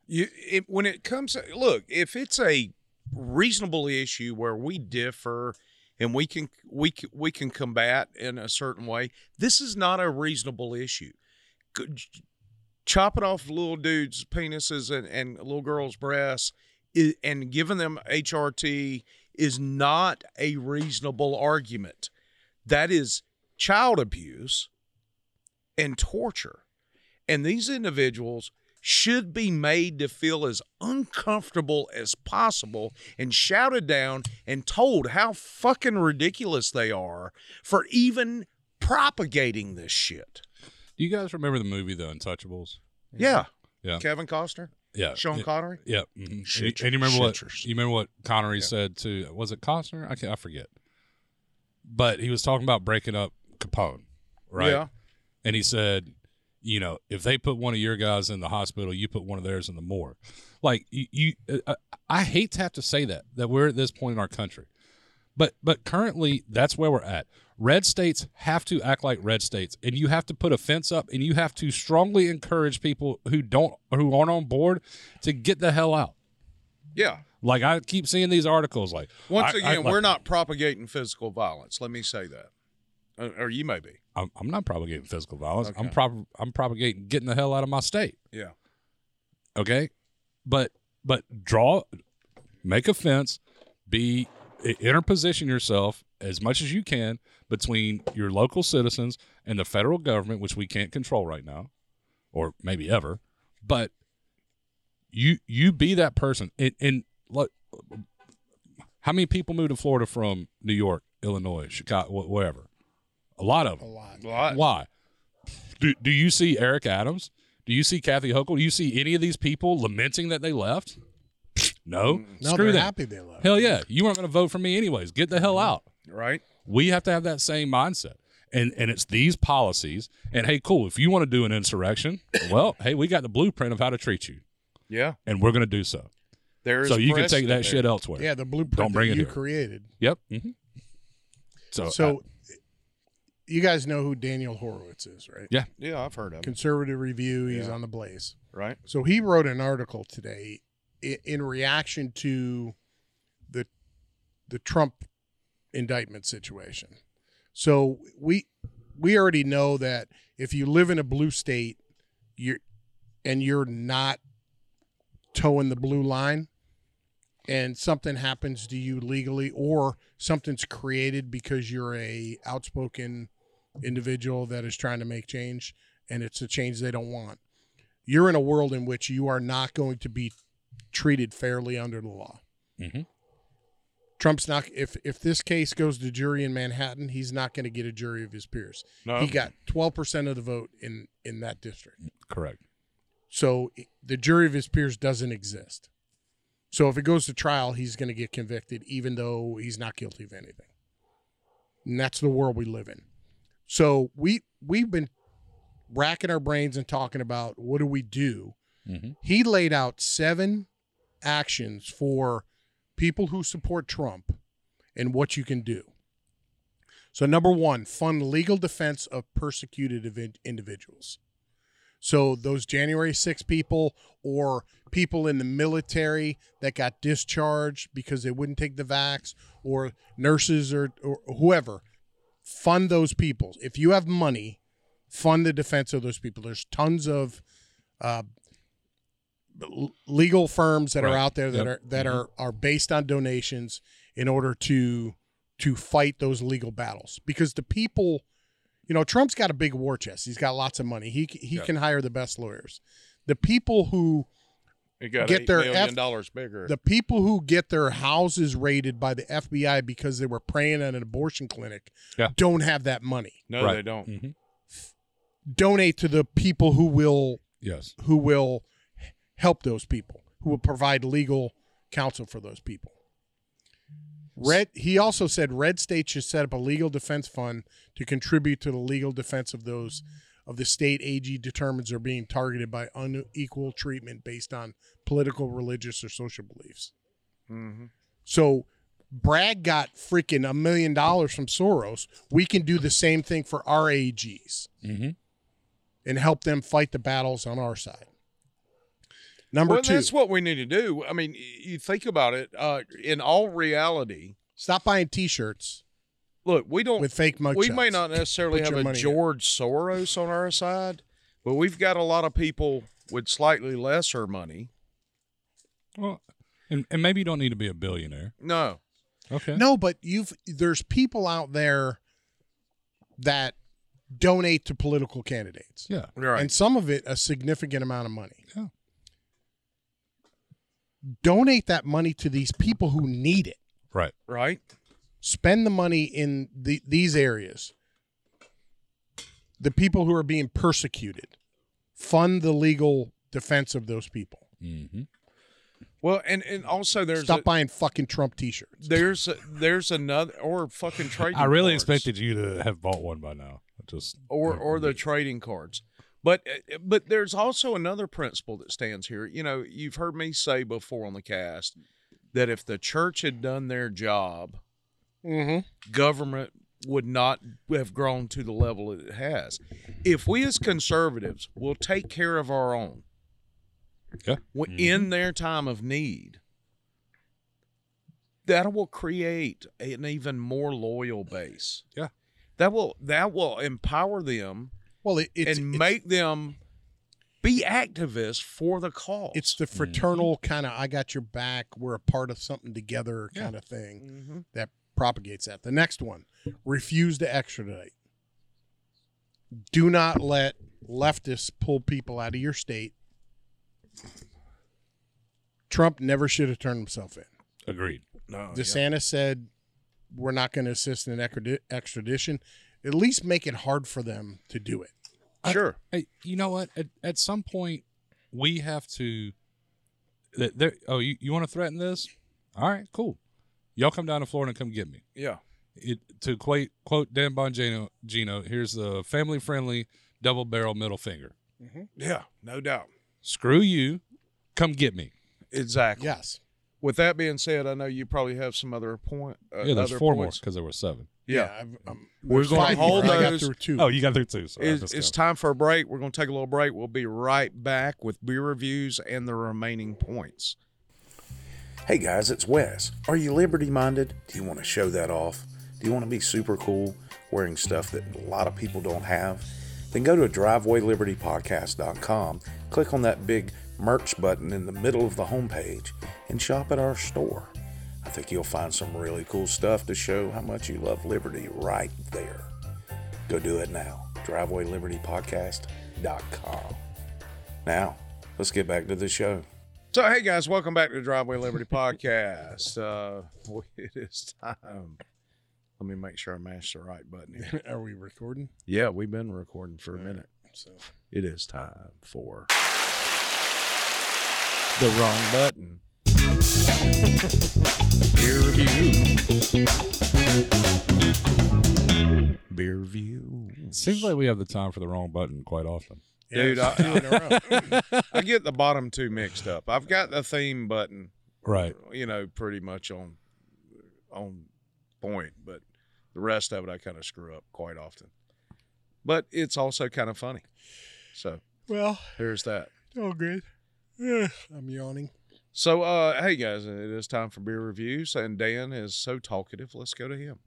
Speaker 1: you, it, when it comes, look, if it's a reasonable issue where we differ and we can we c- we can combat in a certain way, this is not a reasonable issue. Good- Chopping off little dudes' penises and, and little girls' breasts i and giving them HRT is not a reasonable argument. That is child abuse and torture. And these individuals should be made to feel as uncomfortable as possible and shouted down and told how fucking ridiculous they are for even propagating this shit.
Speaker 3: Do you guys remember the movie The Untouchables?
Speaker 1: Yeah.
Speaker 3: Yeah. Uh,
Speaker 1: Kevin Costner,
Speaker 3: Yeah.
Speaker 1: Sean Connery.
Speaker 3: Yeah, mhm. And-
Speaker 1: Shit
Speaker 3: and, you remember what
Speaker 1: shitters.
Speaker 3: you remember what Connery said to was it Costner? I can I forget. But he was talking about breaking up Capone, right?
Speaker 1: Yeah.
Speaker 3: And he said, you know, if they put one of your guys in the hospital, you put one of theirs in the morgue. Like you, you uh, I I hate to have to say that that we're at this point in our country, but but currently that's where we're at. Red states have to act like red states, and you have to put a fence up, and you have to strongly encourage people who don't who aren't on board to get the hell out.
Speaker 1: Yeah.
Speaker 3: Like I keep seeing these articles. Like
Speaker 1: Once
Speaker 3: I- I-
Speaker 1: again,
Speaker 3: like,
Speaker 1: we're not propagating physical violence. Let me say that. Uh, Or- Or you may be.
Speaker 3: I'm, I'm not propagating physical violence. I'm
Speaker 1: Okay.
Speaker 3: prop, I'm propagating getting the hell out of my state.
Speaker 1: Yeah.
Speaker 3: Okay, but but draw, make a fence, be interposition yourself as much as you can between your local citizens and the federal government, which we can't control right now, or maybe ever. But you you be that person. And, and look, how many people moved to Florida from New York, Illinois, Chicago, wh- wherever? A lot of
Speaker 2: a
Speaker 3: them.
Speaker 2: lot.
Speaker 1: Lot.
Speaker 3: Why? Do, do you see Eric Adams? Do you see Kathy Hochul? Do you see any of these people lamenting that they left? No.
Speaker 2: No,
Speaker 3: Screw
Speaker 2: they're
Speaker 3: that.
Speaker 2: happy they left.
Speaker 3: Hell yeah. You weren't going to vote for me anyways. Get the hell out.
Speaker 1: right?
Speaker 3: We have to have that same mindset. And and it's these policies. And hey, cool, if you want to do an insurrection, well, hey, we got the blueprint of how to treat you.
Speaker 1: Yeah.
Speaker 3: And we're going to do so.
Speaker 1: There's
Speaker 3: so you can take
Speaker 1: precedent
Speaker 3: that
Speaker 1: there.
Speaker 3: shit elsewhere.
Speaker 2: Yeah, the blueprint
Speaker 3: Don't bring
Speaker 2: that
Speaker 3: it
Speaker 2: you
Speaker 3: here. Oh,
Speaker 2: created.
Speaker 3: Yep. hmm So,
Speaker 2: So, you guys know who Daniel Horowitz is, right?
Speaker 1: Yeah, I've heard of it.
Speaker 2: Conservative Review. He's
Speaker 1: Yeah.
Speaker 2: on the Blaze.
Speaker 1: Right?
Speaker 2: So he wrote an article today i- in reaction to the the Trump indictment situation. So we we already know that if you live in a blue state, you're and you're not towing the blue line and something happens to you legally or something's created because you're a outspoken individual that is trying to make change and it's a change they don't want you're in a world in which you are not going to be treated fairly under the law.
Speaker 3: Mhm.
Speaker 2: Trump's not if if this case goes to jury in Manhattan, he's not going to get a jury of his peers.
Speaker 3: uh,
Speaker 1: No.
Speaker 2: He got 12% of the vote in in that district.
Speaker 3: correct.
Speaker 2: So the jury of his peers doesn't exist. So if it goes to trial, he's going to get convicted, even though he's not guilty of anything. And that's the world we live in. So we we've been racking our brains and talking about what do we do.
Speaker 3: Mhm.
Speaker 2: He laid out seven actions for people who support Trump and what you can do. So number one, fund legal defense of persecuted evi- individuals. So those January 6 people or people in the military that got discharged because they wouldn't take the vax or nurses or, or whoever, fund those people. If you have money, fund the defense of those people. There's tons of uh, l- legal firms that are
Speaker 3: Right.
Speaker 2: out there that
Speaker 3: Yep. Mm-hmm.
Speaker 2: are that are are based on donations in order to to fight those legal battles because the people you know trump's got a big war chest he's got lots of money he, c- he
Speaker 3: Yeah.
Speaker 2: can hire the best lawyers the people who
Speaker 1: It got
Speaker 2: Get
Speaker 1: eight
Speaker 2: their
Speaker 1: million
Speaker 2: F-
Speaker 1: dollars bigger.
Speaker 2: the people who get their houses raided by the fbi because they were praying at an abortion clinic
Speaker 3: Yeah.
Speaker 2: don't have that money
Speaker 1: no,
Speaker 3: Right.
Speaker 1: they don't.
Speaker 3: hmm
Speaker 2: donate to the people who will
Speaker 3: Yes.
Speaker 2: who will help those people, who will provide legal counsel for those people. Red he also said red states should set up a legal defense fund to contribute to the legal defense of those of the state AG determines are being targeted by unequal treatment based on political, religious, or social beliefs.
Speaker 1: Mhm.
Speaker 2: So Bragg got freaking a million dollars from Soros. We can do the same thing for our AGs
Speaker 3: hmm
Speaker 2: and help them fight the battles on our side. Number
Speaker 1: Well,
Speaker 2: two,
Speaker 1: that's what we need to do. I mean, y- you think about it. Uh, in all reality,
Speaker 2: stop buying T-shirts
Speaker 1: look, we don't.
Speaker 2: with fake mugshots.
Speaker 1: Oh, we may not necessarily
Speaker 2: Put
Speaker 1: have
Speaker 2: your
Speaker 1: a
Speaker 2: money in.
Speaker 1: George Soros on our side, but we've got a lot of people with slightly lesser money.
Speaker 3: Well, and, and maybe you don't need to be a billionaire.
Speaker 1: No,
Speaker 3: Okay.
Speaker 2: No, but you've there's people out there that donate to political candidates,
Speaker 3: Yeah.
Speaker 1: right.
Speaker 2: and some of it a significant amount of money.
Speaker 3: Yeah.
Speaker 2: Donate that money to these people who need it.
Speaker 3: Right.
Speaker 1: right?
Speaker 2: Spend the money in the, these areas. The people who are being persecuted, fund the legal defense of those people.
Speaker 3: hmm
Speaker 1: Well, and and also there's
Speaker 2: Stop
Speaker 1: a,
Speaker 2: buying fucking Trump T-shirts.
Speaker 1: there's a, there's another or fucking trading.
Speaker 3: I really
Speaker 1: cards.
Speaker 3: expected you to have bought one by now. I Just
Speaker 1: or or the trading cards. But eh, but there's also another principle that stands here. You know, you've heard me say before on the cast that if the church had done their job,
Speaker 2: Mm-hmm.
Speaker 1: government would not have grown to the level it has. If we as conservatives will take care of our own
Speaker 3: Yeah.
Speaker 1: w- in their time of need, that will create an even more loyal base.
Speaker 3: Yeah.
Speaker 1: That will that will empower them
Speaker 2: Well, it, it's,
Speaker 1: and
Speaker 2: it's-
Speaker 1: make them Be activists for the cause.
Speaker 2: It's the fraternal kind of I got your back, we're a part of something together
Speaker 3: Yeah.
Speaker 2: kind of thing
Speaker 1: Mhm.
Speaker 2: that propagates that. The next one, refuse to extradite. Do not let leftists pull people out of your state. Trump never should have turned himself in.
Speaker 3: Agreed.
Speaker 1: No, Oh, yeah.
Speaker 2: DeSantis said, "We're not going to assist in extradi- extradition. At least make it hard for them to do it."
Speaker 3: I-
Speaker 1: Sure.
Speaker 3: Hey, you know what? At, at some point, we have to. that There, oh, you, you want to threaten this? All right, cool. Y'all come down to Florida and come get me.
Speaker 1: Yeah.
Speaker 3: It, to quote, quote Dan Bongino, Gino, here's the family friendly double barrel middle finger.
Speaker 1: Yeah. No doubt.
Speaker 3: Screw you. Come get me.
Speaker 1: Exactly.
Speaker 2: Yes,
Speaker 1: With that being said, I know you probably have some other point. Uh,
Speaker 3: yeah, there's
Speaker 1: other
Speaker 3: four more
Speaker 1: points.
Speaker 3: because there were seven.
Speaker 1: Yeah.
Speaker 2: I've, um,
Speaker 1: We're gonna
Speaker 2: five more.
Speaker 1: hold
Speaker 2: I got
Speaker 1: those-
Speaker 2: through two.
Speaker 3: Oh, you got through two. So I
Speaker 1: It's,
Speaker 3: missed
Speaker 1: it's
Speaker 3: out.
Speaker 1: time for a break. We're going to take a little break. We'll be right back with beer reviews and the remaining points.
Speaker 4: Hey guys, it's Wes. Are you liberty minded? Do you want to show that off? Do you want to be super cool wearing stuff that a lot of people don't have? Then go to drivewaylibertypodcast.com, click on that big merch button in the middle of the homepage, and shop at our store. I think you'll find some really cool stuff to show how much you love liberty right there. Go do it now. drivewaylibertypodcast.com. Now, let's get back to the show.
Speaker 1: So, hey guys, welcome back to the Driveway Liberty Podcast. Uh, boy, it is time. Let me make sure I mash the right button here.
Speaker 2: Are we recording?
Speaker 1: Yeah, we've been recording for a minute.
Speaker 2: So
Speaker 1: It is time for the wrong button. Beer review. Beer review.
Speaker 3: Seems like we have the time for the wrong button quite often.
Speaker 1: Dude,
Speaker 2: it's
Speaker 1: I-
Speaker 2: two in a row.
Speaker 1: I get the bottom two mixed up. I've got the theme button,
Speaker 3: Right.
Speaker 1: you know, pretty much on on point, but the rest of it I kind of screw up quite often. But it's also kind of funny. So
Speaker 2: well,
Speaker 1: there's that.
Speaker 2: it's all good. Ugh, I'm yawning.
Speaker 1: So uh hey guys, it is time for beer reviews, and Dan is so talkative. Let's go to him.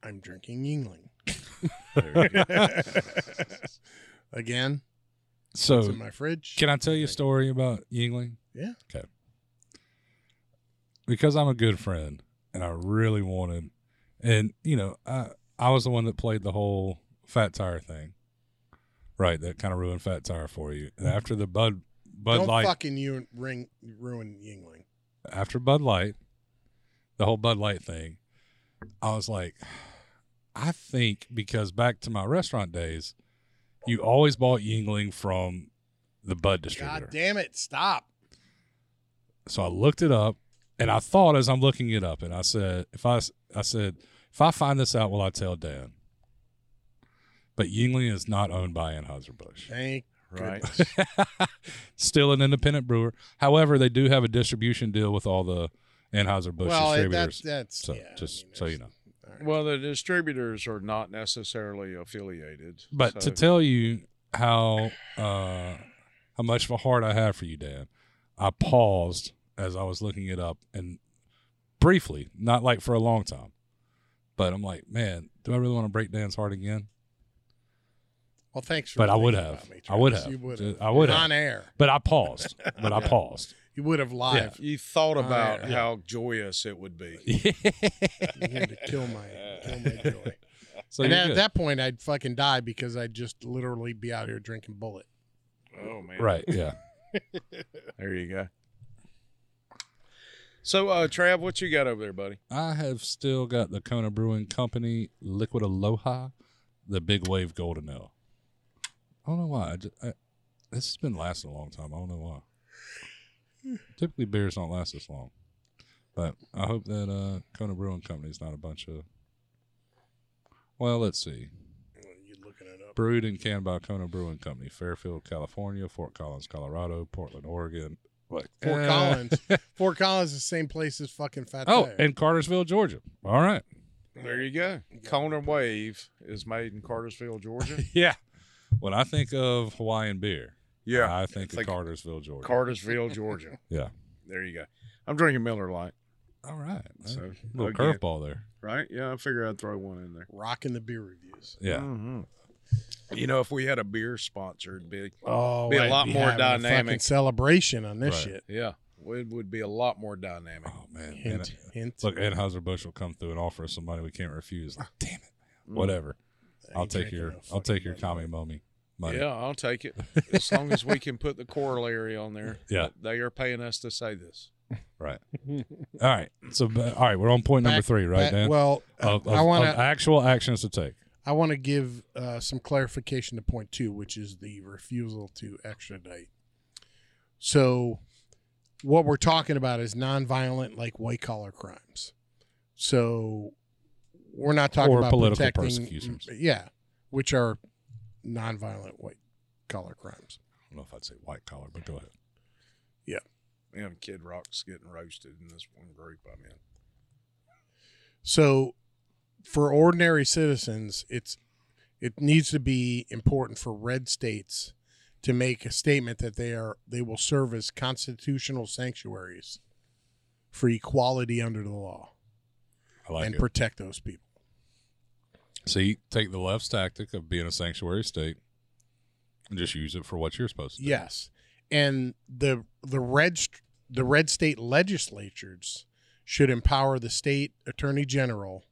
Speaker 2: I'm drinking Yingling again.
Speaker 3: so,
Speaker 2: It's in my fridge.
Speaker 3: Oh, Can I tell you a story about Yingling?
Speaker 2: Yeah.
Speaker 3: Okay. Because I'm a good friend and I really wanted and you know, I I was the one that played the whole fat tire thing. Right, that kind of ruined fat tire for you. And after the Bud Bud
Speaker 2: Don't
Speaker 3: Light
Speaker 2: fucking you ring ruin Yingling.
Speaker 3: after Bud Light, the whole Bud Light thing, I was like, I think because back to my restaurant days, you always bought Yingling from the Bud distributor.
Speaker 2: God damn it! Stop.
Speaker 3: So I looked it up, and I thought as I'm looking it up, and I said, if I, I said, if I find this out, will I tell Dan? But Yingling is not owned by Anheuser-Busch.
Speaker 2: Thank
Speaker 1: Right.
Speaker 2: goodness.
Speaker 3: Still an independent brewer. However, they do have a distribution deal with all the Anheuser-Busch
Speaker 2: well, it-
Speaker 3: distributors.
Speaker 2: that's that's
Speaker 3: so
Speaker 2: yeah, I
Speaker 3: just
Speaker 2: mean,
Speaker 3: so
Speaker 2: there's-
Speaker 3: you know.
Speaker 1: Well, the distributors are not necessarily affiliated.
Speaker 3: But
Speaker 1: so-
Speaker 3: to tell you how uh, how much of a heart I have for you, Dan, I paused as I was looking it up and briefly, not like for a long time. But I'm like, man, do I really want to break Dan's heart again?
Speaker 2: Well, thanks. For
Speaker 3: But I would
Speaker 2: thinking
Speaker 3: have.
Speaker 2: about me,
Speaker 3: I would
Speaker 2: Travis.
Speaker 3: have.
Speaker 2: You would
Speaker 3: Just-
Speaker 2: have.
Speaker 3: I would
Speaker 2: on
Speaker 3: have.
Speaker 2: air.
Speaker 3: But I paused. But I
Speaker 2: Yeah.
Speaker 3: paused.
Speaker 2: You would have live.
Speaker 1: you thought about
Speaker 2: yeah.
Speaker 1: how joyous it would be.
Speaker 2: You had to kill my kill my joy.
Speaker 3: so
Speaker 2: and
Speaker 3: you're
Speaker 2: at
Speaker 3: good.
Speaker 2: that point, I'd fucking die because I'd just literally be out here drinking bullet.
Speaker 1: Oh man.
Speaker 3: right, yeah.
Speaker 1: There you go. So uh Trav, what you got over there, buddy?
Speaker 3: I have still got the Kona Brewing Company Liquid Aloha, the Big Wave Golden Ale. I don't know why. I ju- I- this has been lasting a long time. I don't know why. Typically, beers don't last this long. But I hope that uh, Kona Brewing Company is not a bunch of. Well, let's see.
Speaker 2: You looking it up?
Speaker 3: Brewed and canned by Kona Brewing Company, Fairfield, California, Fort Collins, Colorado, Portland, Oregon. Like,
Speaker 2: Fort
Speaker 3: eh.
Speaker 2: Collins. Fort Collins is the same place as fucking Fat
Speaker 3: Oh,
Speaker 2: Tire.
Speaker 3: and Cartersville, Georgia. All right.
Speaker 1: There you go. Kona Wave is made in Cartersville, Georgia.
Speaker 3: Yeah. When I think of Hawaiian beer, I think
Speaker 1: It's
Speaker 3: of Cartersville, Georgia.
Speaker 1: Cartersville, Georgia.
Speaker 3: Yeah.
Speaker 1: There you go. I'm drinking Miller Lite.
Speaker 3: All right.
Speaker 1: So
Speaker 3: little
Speaker 1: again,
Speaker 3: curveball there.
Speaker 1: right? Yeah, I figure I'd throw one in there. Mm.
Speaker 2: rocking the beer reviews.
Speaker 3: Yeah.
Speaker 1: Mhm. You know, if we had a beer sponsor, it'd be
Speaker 2: Oh,
Speaker 1: Be a
Speaker 2: I'd
Speaker 1: lot more
Speaker 2: having a fucking
Speaker 1: dynamic.
Speaker 2: celebration on this
Speaker 3: Right.
Speaker 2: shit.
Speaker 1: yeah, it would be a lot more dynamic.
Speaker 3: Oh man, and, uh,
Speaker 2: Hint, hint.
Speaker 3: look, Anheuser Busch will come through and offer us somebody we can't refuse. Like, damn
Speaker 1: Mm.
Speaker 3: it,
Speaker 1: Mm-hmm.
Speaker 3: whatever.
Speaker 2: I
Speaker 3: I'll
Speaker 2: ain't
Speaker 3: take
Speaker 2: drinking
Speaker 3: your
Speaker 2: no
Speaker 3: I'll take
Speaker 2: fucking
Speaker 3: your
Speaker 2: Bud
Speaker 3: commie mommy money.
Speaker 1: Yeah, I'll take it as long as we can put the corollary on there.
Speaker 3: Yeah.
Speaker 1: that they are paying us to say this.
Speaker 3: Right. all right. So but- all right, we're on point number
Speaker 2: Back-
Speaker 3: three, right,
Speaker 2: Back-
Speaker 3: Dan?
Speaker 2: Well,
Speaker 3: of, of,
Speaker 2: I want
Speaker 3: of
Speaker 2: to
Speaker 3: actual actions to take.
Speaker 2: I want to give uh, some clarification to point two, which is the refusal to extradite. So, what we're talking about is nonviolent, like white collar crimes. So, we're not talking
Speaker 3: Or
Speaker 2: about
Speaker 3: political
Speaker 2: protecting-
Speaker 3: persecutions.
Speaker 2: Yeah, which are nonviolent white collar crimes.
Speaker 3: I don't know if I'd say white collar, but go ahead.
Speaker 1: Man, Kid Rock's getting roasted in this one group I'm in.
Speaker 2: So, for ordinary citizens, it's it needs to be important for red states to make a statement that they are they will serve as constitutional sanctuaries for equality under the law
Speaker 3: I like
Speaker 2: and
Speaker 3: it.
Speaker 2: protect those people.
Speaker 3: so you take the left's tactic of being a sanctuary state and just use it for what you're supposed to. do.
Speaker 2: Yes, and the the red st- the red state legislatures should empower the state attorney general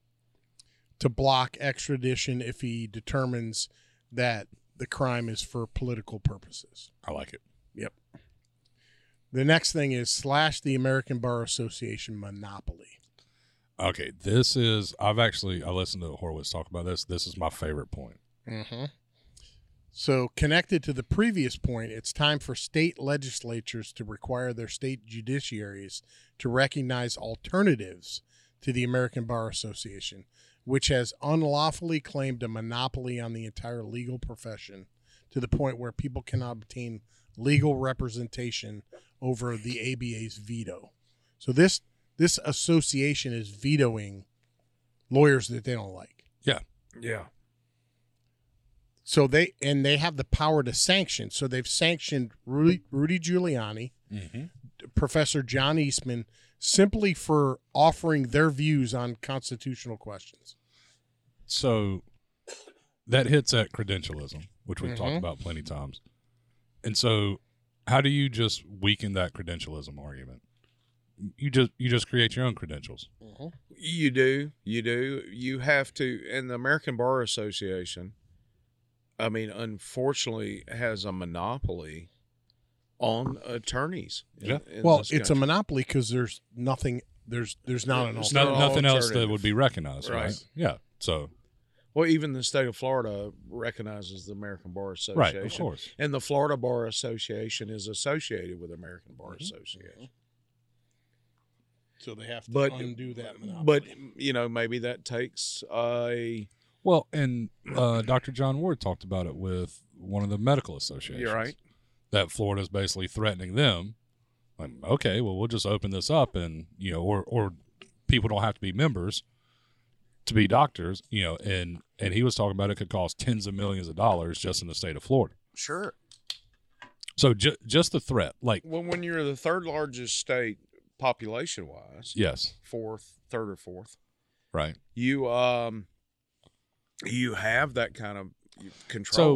Speaker 2: to block extradition if he determines that the crime is for political purposes.
Speaker 3: I like it.
Speaker 2: The next thing is slash the American Bar Association monopoly.
Speaker 3: Okay, this is I've actually I listened to Horowitz talk about this. This is my favorite point.
Speaker 2: Mm-hmm. So, connected to the previous point, it's time for state legislatures to require their state judiciaries to recognize alternatives to the American Bar Association, which has unlawfully claimed a monopoly on the entire legal profession to the point where people cannot obtain legal representation over the ABA's veto. So this this association is vetoing lawyers that they don't like.
Speaker 1: Yeah,
Speaker 2: So they and they have the power to sanction. So they've sanctioned Rudy, Rudy Giuliani,
Speaker 3: Mm-hmm.
Speaker 2: Professor John Eastman, simply for offering their views on constitutional questions.
Speaker 3: So that hits at credentialism, which we've talked
Speaker 2: Mhm.
Speaker 3: about plenty times. And so, how do you just weaken that credentialism argument? You just you just create your own credentials.
Speaker 2: Mm-hmm.
Speaker 1: You do, you do. You have to, and the American Bar Association, I mean, unfortunately, has a monopoly on attorneys. in-
Speaker 3: Yeah.
Speaker 1: in
Speaker 2: well,
Speaker 1: this
Speaker 2: it's a
Speaker 1: country.
Speaker 2: monopoly because there's nothing. There's there's not an
Speaker 1: There's
Speaker 3: There's
Speaker 1: not-
Speaker 3: no,
Speaker 2: alternative.
Speaker 3: nothing else that
Speaker 1: alternative.
Speaker 3: would be recognized, right?
Speaker 1: Right.
Speaker 3: Yeah. So
Speaker 1: well, even the state of Florida recognizes the American Bar Association,
Speaker 3: right, of course.
Speaker 1: and the Florida Bar Association is associated with American Bar
Speaker 3: Mm-hmm.
Speaker 1: Association.
Speaker 2: So they have to
Speaker 1: But-
Speaker 2: undo that monopoly.
Speaker 1: But you know, maybe that takes a
Speaker 3: Well, and uh, Dr. John Ward talked about it with one of the medical associations.
Speaker 1: You're right.
Speaker 3: That Florida's basically threatening them. Like, okay, well, we'll just open this up, and you know, or or people don't have to be members to be doctors. You know, and and he was talking about it could cost tens of millions of dollars just in the state of Florida.
Speaker 1: sure.
Speaker 3: So ju- just the threat, like
Speaker 1: Well, when you're the third largest state population wise,
Speaker 3: yes,
Speaker 1: fourth, third or fourth.
Speaker 3: right.
Speaker 1: you um you have that kind of control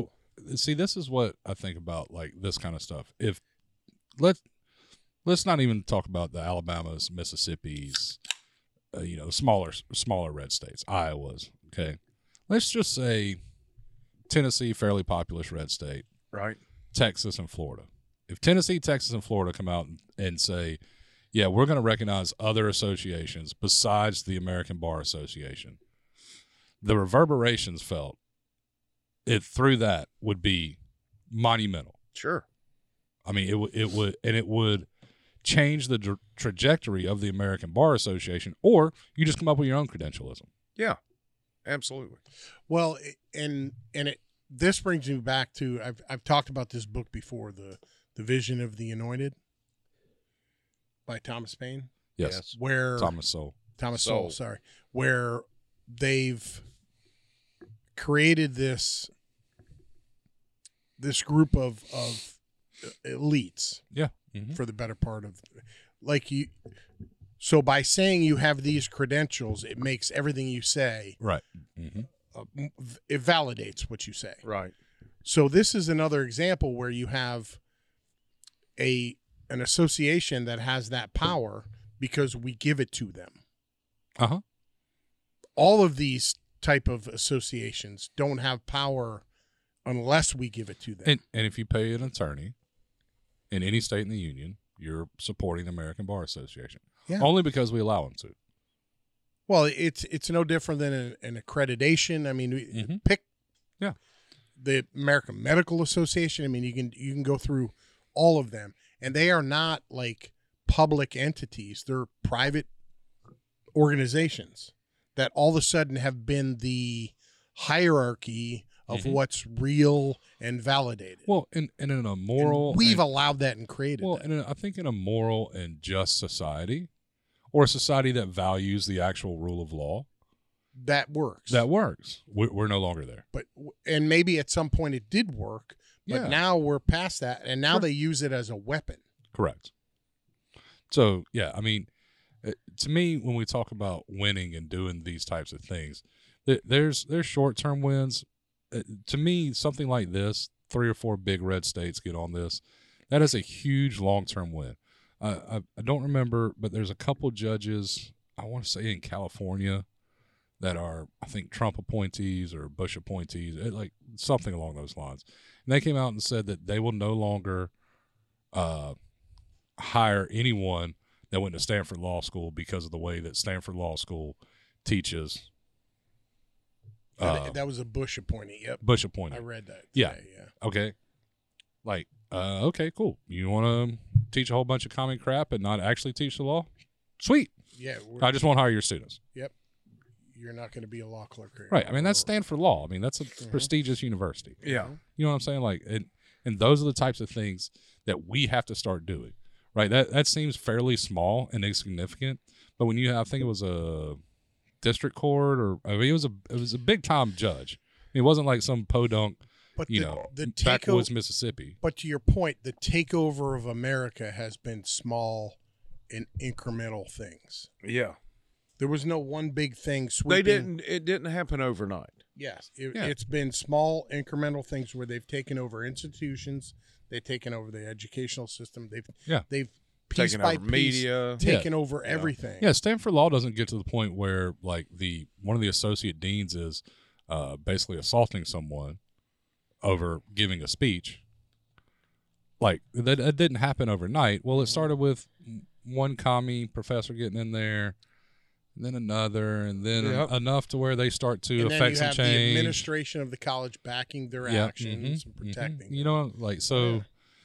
Speaker 3: So, see, this is what I think about like this kind of stuff. If let's let's not even talk about the Alabamas, Mississippi's, uh, you know, smaller smaller red states, Iowas. Okay, let's just say Tennessee, fairly populous red state,
Speaker 1: right
Speaker 3: Texas, and Florida. If Tennessee, Texas, and Florida come out and- and say, "Yeah, we're going to recognize other associations besides the American Bar Association," the reverberations felt it through that would be monumental.
Speaker 1: sure
Speaker 3: I mean, it would it would and it would change the dr- trajectory of the American Bar Association, or you just come up with your own credentialism.
Speaker 1: absolutely
Speaker 2: Well, it- and and it this brings me back to I've I've talked about this book before the the Vision of the Anointed by Thomas Paine,
Speaker 3: Yes,
Speaker 2: where
Speaker 3: Thomas Sowell.
Speaker 2: Thomas
Speaker 1: Sowell.
Speaker 2: Sowell, sorry, where they've created this this group of of elites
Speaker 3: Yeah. Mhm.
Speaker 2: for the better part of like you so by saying you have these credentials it makes everything you say
Speaker 3: Right. hmm
Speaker 2: uh, m- it validates what you say
Speaker 1: right
Speaker 2: So this is another example where you have a an association that has that power because we give it to them.
Speaker 3: Uh huh.
Speaker 2: All of these type of associations don't have power unless we give it to them.
Speaker 3: And and if you pay an attorney in any state in the union, you're supporting the American Bar Association.
Speaker 2: Yeah.
Speaker 3: Only because we allow them to.
Speaker 2: well, it's it's no different than an, an accreditation. I mean, we-
Speaker 3: Mhm.
Speaker 2: pick
Speaker 3: Yeah.
Speaker 2: the American Medical Association. I mean, you can you can go through all of them, and they are not like public entities. They're private organizations that all of a sudden have been the hierarchy of
Speaker 3: Mhm.
Speaker 2: what's real and validated.
Speaker 3: Well, and, and in a
Speaker 2: And
Speaker 3: moral
Speaker 2: we've
Speaker 3: and-
Speaker 2: allowed that and created
Speaker 3: Well,
Speaker 2: that.
Speaker 3: and I think in a moral and just society, or a society that values the actual rule of law,
Speaker 2: that works.
Speaker 3: that works. We're, we're no longer there.
Speaker 2: but and maybe at some point it did work, but
Speaker 3: Yeah.
Speaker 2: now we're past that, and now
Speaker 3: Sure.
Speaker 2: they use it as a weapon.
Speaker 3: Correct. So, yeah, I mean, uh, to me, when we talk about winning and doing these types of things, th- there's there's short term wins. Uh, to me, something like this, three or four big red states get on this. That is a huge long term win. I, I I don't remember, but there's a couple judges I want to say in California that are I think Trump appointees or Bush appointees, eh, like something along those lines. And they came out and said that they will no longer. Uh, hire anyone that went to Stanford Law School because of the way that Stanford Law School teaches
Speaker 2: That-
Speaker 3: uh,
Speaker 2: that was a Bush appointee. Yep,
Speaker 3: Bush
Speaker 2: I
Speaker 3: appointed.
Speaker 2: read that.
Speaker 3: Yeah.
Speaker 2: today, yeah.
Speaker 3: Okay. Like, uh, okay, cool. You want to teach a whole bunch of common crap and not actually teach the law? Sweet.
Speaker 2: Yeah, we're-
Speaker 3: I just won't hire your students.
Speaker 2: you're not going to be a law clerk. Here.
Speaker 3: Right. I mean, that's Stanford Law. I mean, that's a prestigious university.
Speaker 1: Yeah.
Speaker 3: You know what I'm saying? Like, and and those are the types of things that we have to start doing, right? That that seems fairly small and insignificant, but when you, I think it was a district court, or I mean, it was a it was a big time judge. It wasn't like some podunk,
Speaker 2: But
Speaker 3: you
Speaker 2: the,
Speaker 3: know,
Speaker 2: the
Speaker 3: backwoods
Speaker 2: takeover.
Speaker 3: Mississippi.
Speaker 2: But to your point, the takeover of America has been small and incremental things.
Speaker 1: Yeah.
Speaker 2: There was no one big thing sweeping.
Speaker 1: They didn't it didn't happen overnight.
Speaker 2: Yes, it,
Speaker 3: Yeah.
Speaker 2: it's been small incremental things where they've taken over institutions, they've taken over the educational system, they've
Speaker 3: Yeah.
Speaker 2: they've piece
Speaker 1: Taking
Speaker 2: by
Speaker 1: over
Speaker 2: piece
Speaker 1: media.
Speaker 2: taken over everything.
Speaker 3: Yeah, Stanford Law doesn't get to the point where like the one of the associate deans is uh, basically assaulting someone over giving a speech. Like that, that didn't happen overnight. Well, it
Speaker 2: Mm-hmm.
Speaker 3: started with m- one commie professor getting in there, and then another, and then en-
Speaker 1: Yep.
Speaker 3: enough to where they start to
Speaker 2: And then
Speaker 3: affect
Speaker 2: you
Speaker 3: some
Speaker 2: have the
Speaker 3: change.
Speaker 2: administration of the college backing their
Speaker 3: Yeah,
Speaker 2: actions
Speaker 3: mhm,
Speaker 2: and
Speaker 3: mhm.
Speaker 2: protecting.
Speaker 3: You
Speaker 2: them.
Speaker 3: know, like so,
Speaker 2: Yeah.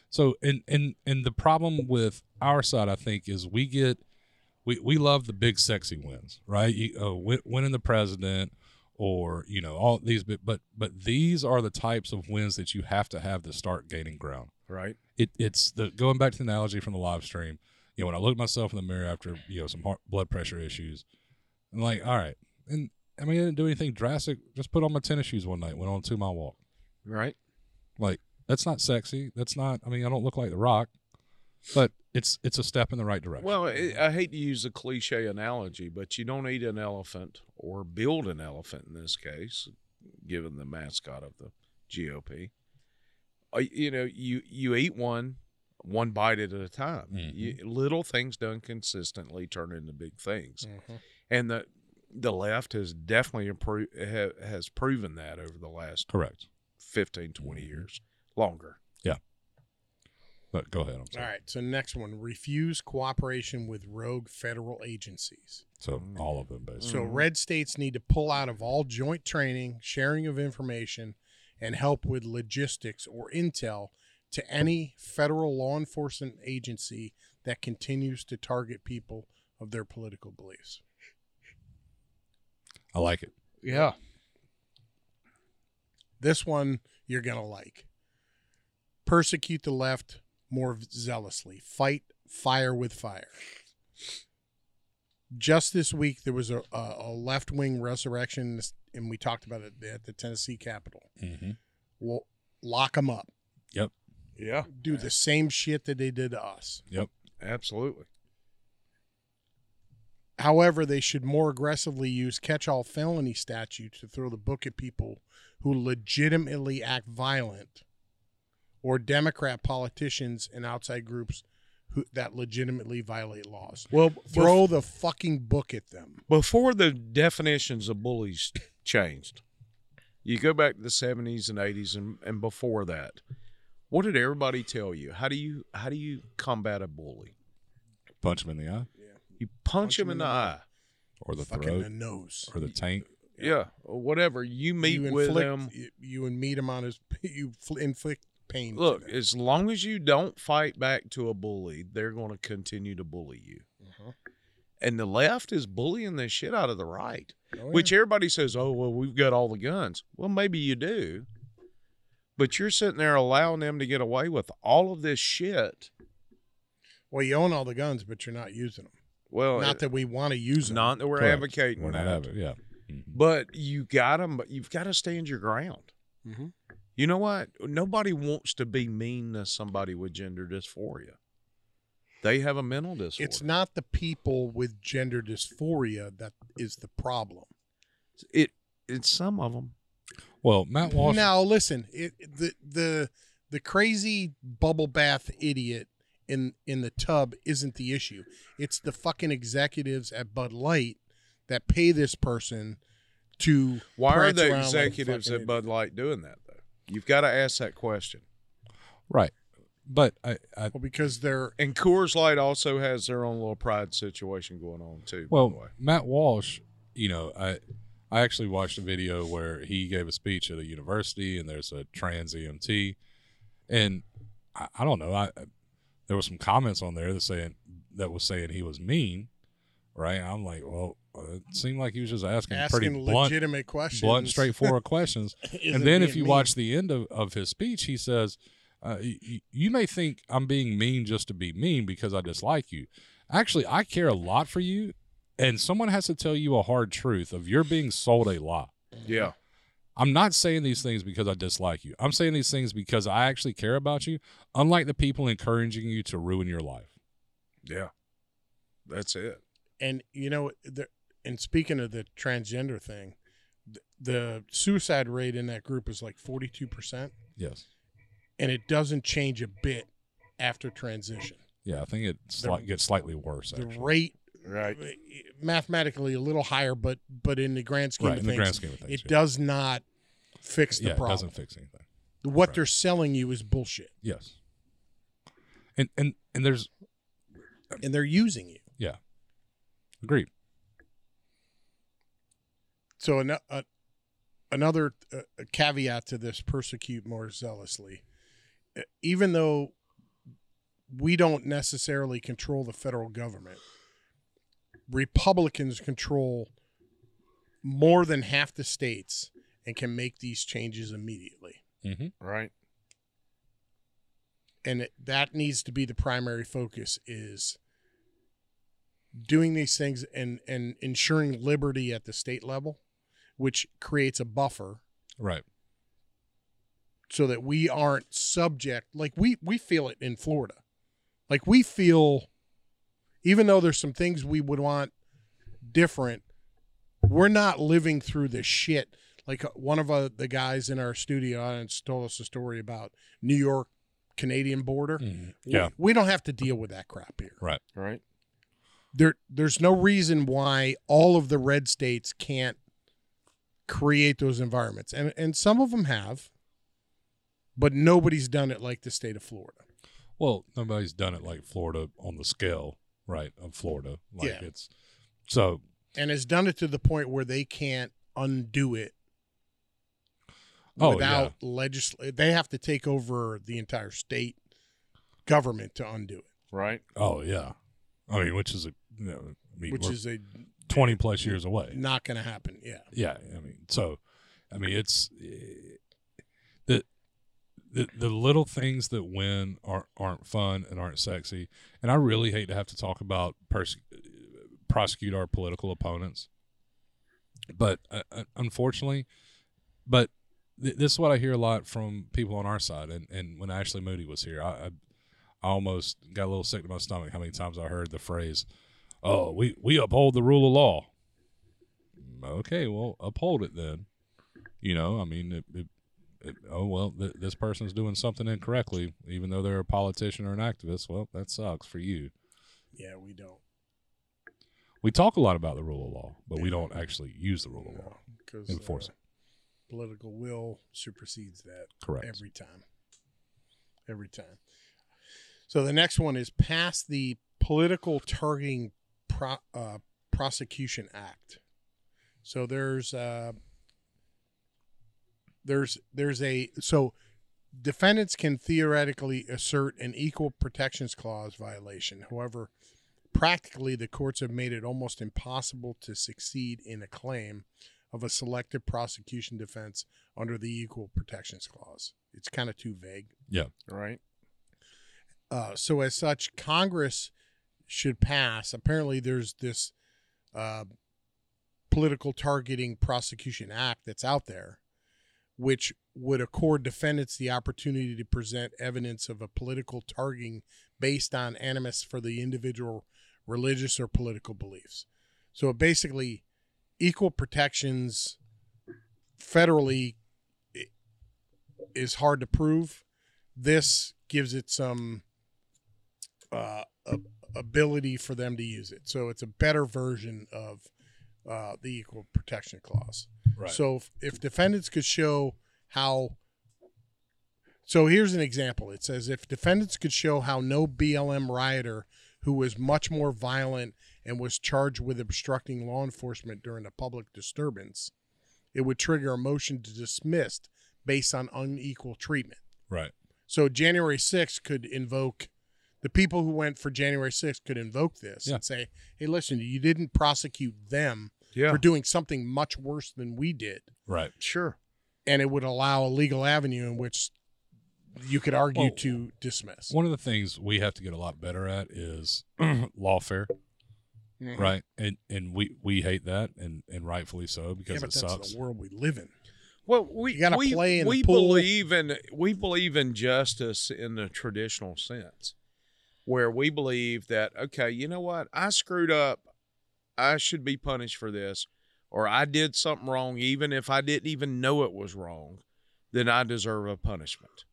Speaker 3: so and and and the problem with our side, I think, is we get we we love the big sexy wins, right? You, uh, win, winning the president, or you know all these, but but but these are the types of wins that you have to have to start gaining ground
Speaker 1: Right.
Speaker 3: it, it's the going back to the analogy from the live stream. You know, when I looked myself in the mirror after you know some heart blood pressure issues, I'm like, all right. And I mean, I didn't do anything drastic. Just put on my tennis shoes one night. Went on a two mile walk.
Speaker 1: Right.
Speaker 3: Like that's not sexy. That's not. I mean, I don't look like the Rock, but it's it's a step in the right direction.
Speaker 1: Well, i I hate to use a cliche analogy, but you don't eat an elephant or build an elephant in this case, given the mascot of the GOP. Uh, you know, you you eat one, one bite at a time. You, little things done consistently turn into big things,
Speaker 2: Mhm.
Speaker 1: and the the left has definitely improved ha, has proven that over the last
Speaker 3: correct.
Speaker 1: 15, 20 years, longer.
Speaker 3: But go ahead. I'm sorry.
Speaker 2: All right, so next one: refuse cooperation with rogue federal agencies.
Speaker 3: So all of them basically.
Speaker 2: So red states need to pull out of all joint training, sharing of information, and help with logistics or intel to any federal law enforcement agency that continues to target people of their political beliefs.
Speaker 3: I like it.
Speaker 1: Yeah.
Speaker 2: This one you're going to like. Persecute the left more zealously. Fight fire with fire. Just this week, there was a, a, a left wing resurrection, and we talked about it at the Tennessee Capitol.
Speaker 3: Mm-hmm.
Speaker 2: well, lock them up.
Speaker 1: Yeah.
Speaker 2: Do the same shit that they did to us.
Speaker 1: Absolutely.
Speaker 2: However, they should more aggressively use catch-all felony statutes to throw the book at people who legitimately act violent, or Democrat politicians and outside groups who that legitimately violate laws.
Speaker 1: Well,
Speaker 2: Throw the fucking book at them.
Speaker 1: before the definitions of bullies changed, you go back to the seventies and eighties and, and before that, what did everybody tell you? How do you how do you combat a bully?
Speaker 3: Punch him in the eye
Speaker 1: You punch, him in the eye.
Speaker 3: or the
Speaker 2: fucking the
Speaker 3: throat
Speaker 2: nose.
Speaker 3: or the taint.
Speaker 1: Yeah. or whatever. You meet
Speaker 2: you
Speaker 1: with
Speaker 2: inflict,
Speaker 1: them.
Speaker 2: You, you and meet him on his. You fl- inflict pain. to
Speaker 1: Look,
Speaker 2: them.
Speaker 1: as long as you don't fight back to a bully, they're going to continue to bully you. And the left is bullying the shit out of the right.
Speaker 2: Oh, yeah.
Speaker 1: which everybody says, oh, well, we've got all the guns. Well, maybe you do, but you're sitting there allowing them to get away with all of this shit.
Speaker 2: well, you own all the guns, but you're not using them.
Speaker 1: Well,
Speaker 2: not that we want to use them.
Speaker 1: Oh, not that we're
Speaker 3: Correct.
Speaker 1: advocating
Speaker 3: We're not
Speaker 1: that,
Speaker 3: having, yeah. Mhm.
Speaker 1: but you got them, but you've got to stand your ground.
Speaker 2: Mhm.
Speaker 1: You know what? Nobody wants to be mean to somebody with gender dysphoria. They have a mental disorder.
Speaker 2: It's not the people with gender dysphoria that is the problem.
Speaker 1: It. It's some of them.
Speaker 3: Well, Matt Walsh.
Speaker 2: Now listen, it, the the the crazy bubble bath idiot in in the tub isn't the issue. It's the fucking executives at Bud Light that pay this person to.
Speaker 1: Why are
Speaker 2: prance around
Speaker 1: the
Speaker 2: like a
Speaker 1: executives
Speaker 2: fucking
Speaker 1: at Bud Light doing that though? You've got to ask that question.
Speaker 3: Right. But I, I
Speaker 2: Well, because they're
Speaker 1: And Coors Light also has their own little pride situation going on too. by the
Speaker 3: well,
Speaker 1: way.
Speaker 3: Matt Walsh, you know, I I actually watched a video where he gave a speech at a university and there's a trans EMT and I, I don't know, I there were some comments on there that saying that was saying he was mean, right? I'm like, well, it seemed like he was just asking, pretty
Speaker 2: asking
Speaker 3: blunt
Speaker 2: legitimate questions,
Speaker 3: blunt straightforward questions.
Speaker 2: Isn't
Speaker 3: and then if
Speaker 2: being
Speaker 3: you
Speaker 2: mean.
Speaker 3: watch the end of, of his speech, he says, uh, y- y- "You may think I'm being mean just to be mean because I dislike you. Actually, I care a lot for you, and someone has to tell you a hard truth of you're being sold a lie.
Speaker 1: yeah,
Speaker 3: I'm not saying these things because I dislike you. I'm saying these things because I actually care about you. Unlike the people encouraging you to ruin your life.
Speaker 1: yeah, that's it.
Speaker 2: and you know the, and speaking of the transgender thing the, the suicide rate in that group is like 42%
Speaker 3: Yes,
Speaker 2: and it doesn't change a bit after transition
Speaker 3: yeah. I think it
Speaker 2: The-
Speaker 3: sli- gets slightly worse.
Speaker 2: the
Speaker 3: Actually.
Speaker 2: rate eh,
Speaker 1: Right.
Speaker 2: mathematically a little higher but but in the grand scheme
Speaker 3: Right
Speaker 2: of
Speaker 3: in the
Speaker 2: things
Speaker 3: grand scheme of things,
Speaker 2: it
Speaker 3: yeah.
Speaker 2: does not fix the
Speaker 3: yeah, it
Speaker 2: problem
Speaker 3: doesn't fix anything.
Speaker 2: what
Speaker 3: right.
Speaker 2: they're selling you is bullshit
Speaker 3: Yes, and and and there's
Speaker 2: and they're using you
Speaker 3: agreed.
Speaker 2: so an, uh, another uh, caveat to this persecute more zealously Uh, even though we don't necessarily control the federal government republicans control more than half the states and can make these changes immediately
Speaker 3: Mm-hmm.
Speaker 1: Right.
Speaker 2: and it, that needs to be the primary focus is doing these things and and ensuring liberty at the state level which creates a buffer
Speaker 3: Right.
Speaker 2: so that we aren't subject like we we feel it in Florida. Like we feel even though there's some things we would want different, we're not living through the shit. Like uh, one of uh, the guys in our studio audience told us a story about New York Canadian border.
Speaker 3: Mhm.
Speaker 2: We-
Speaker 3: Yeah.
Speaker 2: We, don't have to deal with that crap here.
Speaker 1: Right.
Speaker 2: There there's no reason why all of the red states can't create those environments. And and some of them have, but nobody's done it like the state of Florida.
Speaker 3: Well, nobody's done it like Florida on the scale, right? Of Florida, like
Speaker 2: Yeah.
Speaker 3: it's so
Speaker 2: and has done it to the point where they can't undo it
Speaker 3: Oh,
Speaker 2: without legislate. They have to take over the entire state government to undo it,
Speaker 1: Right.
Speaker 3: oh yeah, I mean, which is a you know, I mean,
Speaker 2: which
Speaker 3: we're
Speaker 2: is a
Speaker 3: twenty plus years away.
Speaker 2: not going to happen. Yeah,
Speaker 3: Yeah, I mean, so I mean, it's eh, the the the little things that win aren't aren't fun and aren't sexy, and I really hate to have to talk about pers- prosecute our political opponents, but uh, uh, unfortunately, but th- this is what I hear a lot from people on our side, and and when Ashley Moody was here, I. I I almost got a little sick to my stomach how many times I heard the phrase, oh, we we uphold the rule of law. Okay, well, uphold it then. You know, I mean, it, it, it, oh well, th- this person's doing something incorrectly, even though they're a politician or an activist. Well, that sucks for you.
Speaker 2: Yeah, we don't.
Speaker 3: We talk a lot about the rule of law, but we don't actually use the rule of law.
Speaker 2: Because
Speaker 3: Enforce it.
Speaker 2: uh, Political will supersedes that
Speaker 3: Correct.
Speaker 2: every time. Every time. So the next one is pass the Political Targeting Pro- uh, Prosecution Act. So there's uh, there's there's a so defendants can theoretically assert an equal protections clause violation. However, practically the courts have made it almost impossible to succeed in a claim of a selective prosecution defense under the equal protections clause. It's kind of too vague.
Speaker 1: Right.
Speaker 2: Uh, so as such, Congress should pass. Apparently, there's this uh, political targeting prosecution act that's out there, which would accord defendants the opportunity to present evidence of a political targeting based on animus for the individual religious or political beliefs. So it basically, equal protections federally i- is hard to prove. This gives it some uh, a- ability for them to use it. So it's a better version of uh, the equal protection clause.
Speaker 3: Right.
Speaker 2: So if, if defendants could show how. So here's an example. It says if defendants could show how no BLM rioter who was much more violent and was charged with obstructing law enforcement during a public disturbance, it would trigger a motion to dismiss based on unequal treatment.
Speaker 3: right.
Speaker 2: So January 6th could invoke the people who went for January 6th could invoke this
Speaker 3: Yeah.
Speaker 2: and say, "Hey, listen, you didn't prosecute them
Speaker 1: Yeah.
Speaker 2: for doing something much worse than we did."
Speaker 3: Right.
Speaker 1: Sure.
Speaker 2: And it would allow a legal avenue in which you could argue
Speaker 3: Well,
Speaker 2: to dismiss.
Speaker 3: One of the things we have to get a lot better at is lawfare,
Speaker 2: Mhm.
Speaker 3: right? And and we we hate that, and and rightfully so
Speaker 2: Yeah,
Speaker 3: because
Speaker 2: but
Speaker 3: it
Speaker 2: that's
Speaker 3: sucks.
Speaker 2: the world we live in.
Speaker 1: Well, we
Speaker 2: You gotta
Speaker 1: we,
Speaker 2: play in the
Speaker 1: we
Speaker 2: pool.
Speaker 1: believe in we believe in justice in the traditional sense, where we believe that okay, you know what, I screwed up, I should be punished for this, or I did something wrong, even if I didn't even know it was wrong, then I deserve a punishment.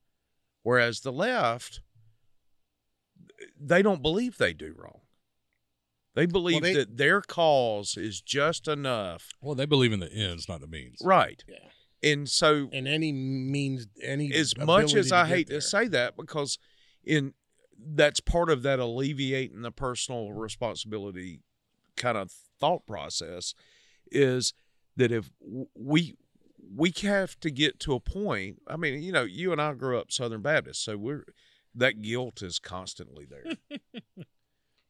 Speaker 1: Whereas the left, they don't believe they do wrong. They believe
Speaker 2: they-
Speaker 1: that their cause is just enough,
Speaker 3: Well, they believe in the ends, not the means.
Speaker 1: right?
Speaker 2: Yeah.
Speaker 1: And so
Speaker 2: And any means, any
Speaker 1: as much
Speaker 2: ability
Speaker 1: as I
Speaker 2: get
Speaker 1: hate
Speaker 2: there.
Speaker 1: to say that, because in that's part of that alleviating the personal responsibility kind of thought process is that if w- we we have to get to a point. I mean, you know, you and I grew up Southern Baptist, so we're that guilt is constantly there.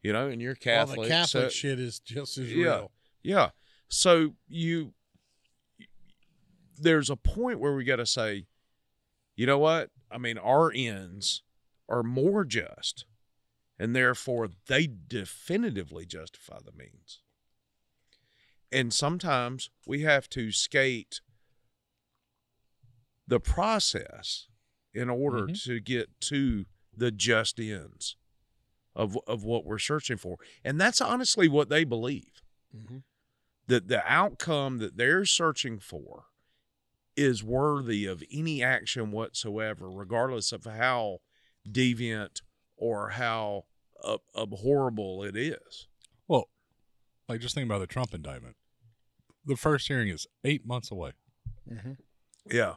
Speaker 1: you know, and you're
Speaker 2: all
Speaker 1: Catholic,
Speaker 2: the Catholic
Speaker 1: so-
Speaker 2: shit is just as
Speaker 1: Yeah.
Speaker 2: real.
Speaker 1: yeah. So you there's a point where we got to say, you know what? I mean, our ends are more just, and therefore they definitively justify the means. And sometimes we have to skate the process in order to get to the just ends of of what we're searching for. And that's honestly what they believe Mm-hmm.
Speaker 2: Mhm.
Speaker 1: that the outcome that they're searching for is worthy of any action whatsoever, regardless of how deviant or how ab- abhorrible it is.
Speaker 3: Well, like just think about the Trump indictment. The first hearing is eight months away.
Speaker 1: Yeah.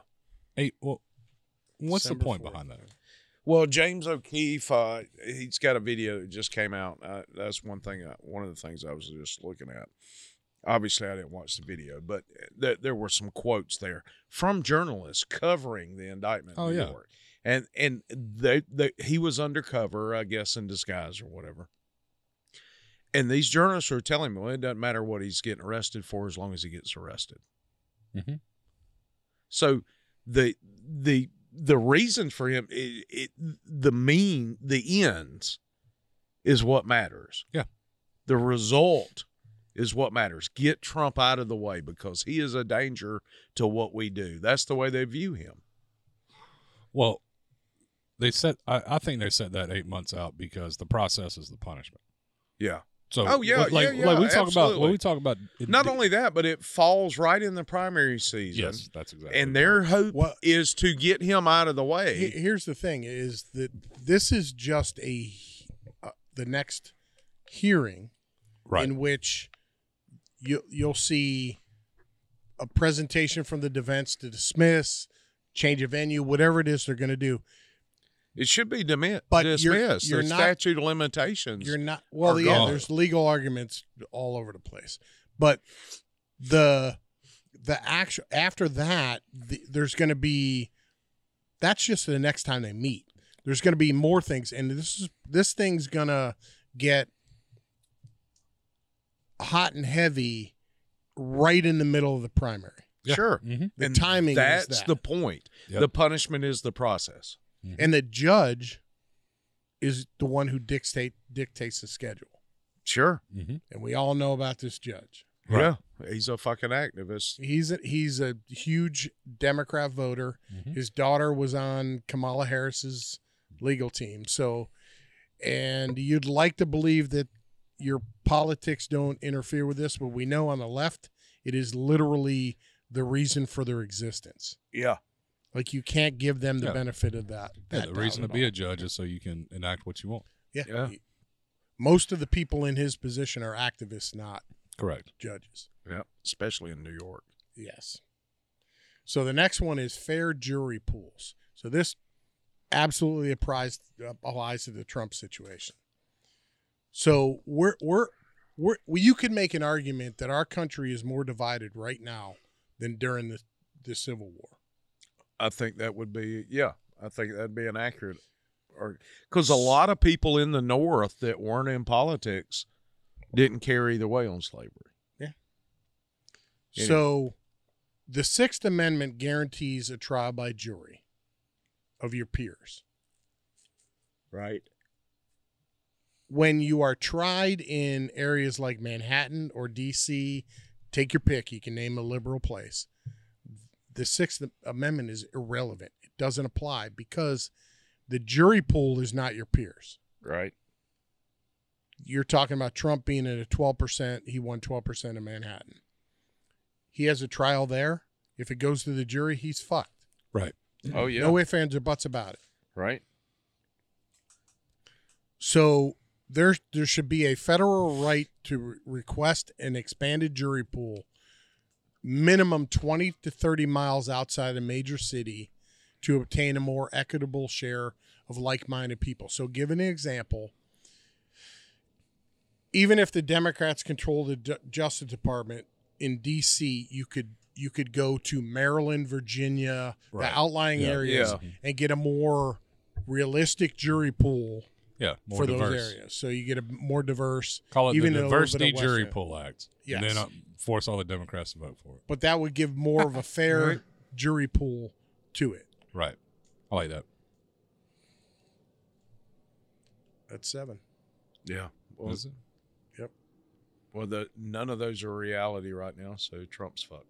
Speaker 3: Eight. Well, what's
Speaker 2: December
Speaker 3: the point
Speaker 2: 4th.
Speaker 3: behind that?
Speaker 1: Well, James O'Keefe, uh, he's got a video that just came out. Uh, that's one thing. I, one of the things I was just looking at. Obviously, I didn't watch the video, but th- there were some quotes there from journalists covering the indictment. in
Speaker 3: Oh,
Speaker 1: New
Speaker 3: yeah.
Speaker 1: York. and and they, they, he was undercover, I guess, in disguise or whatever. And these journalists are telling me, well, it doesn't matter what he's getting arrested for as long as he gets arrested.
Speaker 3: Mhm.
Speaker 1: So the the the reason for him it, it the mean the ends is what matters.
Speaker 3: Yeah.
Speaker 1: The result is what matters. Get Trump out of the way because he is a danger to what we do. That's the way they view him.
Speaker 3: Well, they set. I, I think they set that eight months out because the process is the punishment.
Speaker 1: Yeah.
Speaker 3: So
Speaker 1: Oh, yeah,
Speaker 3: like, like,
Speaker 1: yeah,
Speaker 3: like we
Speaker 1: yeah,
Speaker 3: talk about
Speaker 1: absolutely.
Speaker 3: when we talk about it-
Speaker 1: Not only that, but it falls right in the primary season.
Speaker 3: yes, that's exactly
Speaker 1: And their hope
Speaker 2: What-
Speaker 1: is to get him out of the
Speaker 2: He-
Speaker 1: way.
Speaker 2: Here's the thing: is that this is just a uh, the next hearing
Speaker 3: right.
Speaker 2: in which you you'll see a presentation from the defense to dismiss, change of venue, whatever it is they're going to do.
Speaker 1: It should be demi-
Speaker 2: But you're-
Speaker 1: dismissed.
Speaker 2: you're
Speaker 1: the
Speaker 2: not-
Speaker 1: statute of limitations.
Speaker 2: You're not well.
Speaker 1: Are
Speaker 2: Yeah,
Speaker 1: gone.
Speaker 2: there's legal arguments all over the place, but the the actual after that, the, there's going to be that's just the next time they meet. There's going to be more things, and this is this thing's going to get hot and heavy right in the middle of the primary.
Speaker 3: Yeah.
Speaker 1: Sure.
Speaker 3: Mhm.
Speaker 2: The timing is
Speaker 1: That's
Speaker 2: that.
Speaker 1: the point.
Speaker 3: Yep.
Speaker 1: The punishment is the process.
Speaker 2: and the judge is the one who dictate dictates the schedule,
Speaker 1: Sure.
Speaker 3: Mhm.
Speaker 2: and we all know about this judge.
Speaker 3: Right.
Speaker 1: Yeah. He's a fucking activist.
Speaker 2: He's a, he's a huge Democrat voter.
Speaker 3: Mhm.
Speaker 2: His daughter was on Kamala Harris's legal team. So, and you'd like to believe that your politics don't interfere with this, but we know on the left it is literally the reason for their existence.
Speaker 1: Yeah.
Speaker 2: Like you can't give them the
Speaker 3: Yeah.
Speaker 2: benefit of that.
Speaker 3: Yeah,
Speaker 2: that
Speaker 3: the reason to
Speaker 2: doubt at
Speaker 3: be
Speaker 2: all.
Speaker 3: a judge is so you can enact what you want.
Speaker 2: yeah.
Speaker 1: Yeah.
Speaker 2: Most of the people in his position are activists, not
Speaker 3: Correct.
Speaker 2: judges.
Speaker 1: Yeah. Especially in New York.
Speaker 2: Yes. So the next one is fair jury pools. So this absolutely applies applies to the Trump situation. So we're we're we're well, you could make an argument that our country is more divided right now than during the the Civil War.
Speaker 1: I think that would be yeah. I think that'd be an accurate, or because a lot of people in the North that weren't in politics didn't care either way on slavery. Yeah.
Speaker 2: So the Sixth Amendment guarantees a trial by jury of your peers.
Speaker 1: Right.
Speaker 2: when you are tried in areas like Manhattan or DC, take your pick, you can name a liberal place. The Sixth Amendment is irrelevant. It doesn't apply because the jury pool is not your peers.
Speaker 1: Right.
Speaker 2: You're talking about Trump being at a 12%, he won 12% in Manhattan. He has a trial there. If it goes to the jury, he's fucked.
Speaker 3: Right.
Speaker 1: Oh yeah.
Speaker 2: No ifs, ands, or buts about it.
Speaker 1: right.
Speaker 2: So there there should be a federal right to re- request an expanded jury pool minimum 20 to 30 miles outside a major city to obtain a more equitable share of like-minded people. So give an example even if the Democrats control the Ju- Justice Department in DC, you could you could go to Maryland, Virginia,
Speaker 3: Right.
Speaker 2: the outlying
Speaker 3: Yeah.
Speaker 2: areas
Speaker 1: Yeah.
Speaker 2: and get a more realistic jury pool
Speaker 3: Yeah. More
Speaker 2: for
Speaker 3: diverse.
Speaker 2: those areas. So you get a more diverse,
Speaker 3: Call it
Speaker 2: Even
Speaker 3: the
Speaker 2: in a little bit of
Speaker 3: Diversity
Speaker 2: West
Speaker 3: Jury
Speaker 2: End.
Speaker 3: Pool Act.
Speaker 2: Yes.
Speaker 3: And then uh, force all the Democrats to vote for it.
Speaker 2: but that would give more of a fair
Speaker 1: Right.
Speaker 2: jury pool to it.
Speaker 3: Right. I like that.
Speaker 2: That's seven.
Speaker 1: Yeah. Well,
Speaker 3: Is it?
Speaker 1: well, the none of those are reality right now, so Trump's fucked.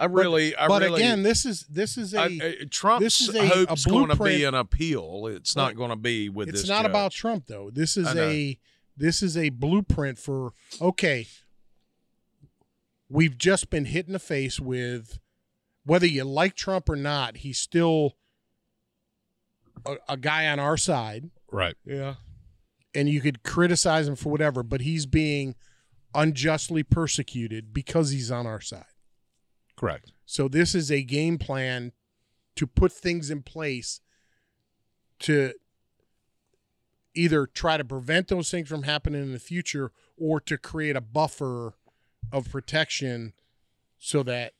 Speaker 1: I really, I
Speaker 2: but
Speaker 1: really,
Speaker 2: again, this is this is a
Speaker 1: I, I- Trump's
Speaker 2: this is a- a
Speaker 1: hope's going to
Speaker 2: blueprint-
Speaker 1: be an appeal. It's not
Speaker 2: Right.
Speaker 1: going to be with
Speaker 2: it's
Speaker 1: this.
Speaker 2: not
Speaker 1: judge.
Speaker 2: about Trump though. This is
Speaker 1: I know.
Speaker 2: a this is a blueprint for okay. We've just been hit in the face with whether you like Trump or not, he's still a, a guy on our side.
Speaker 3: Right.
Speaker 1: yeah.
Speaker 2: and you could criticize him for whatever, but he's being unjustly persecuted because he's on our side.
Speaker 3: Correct.
Speaker 2: So this is a game plan to put things in place to either try to prevent those things from happening in the future or to create a buffer of protection so that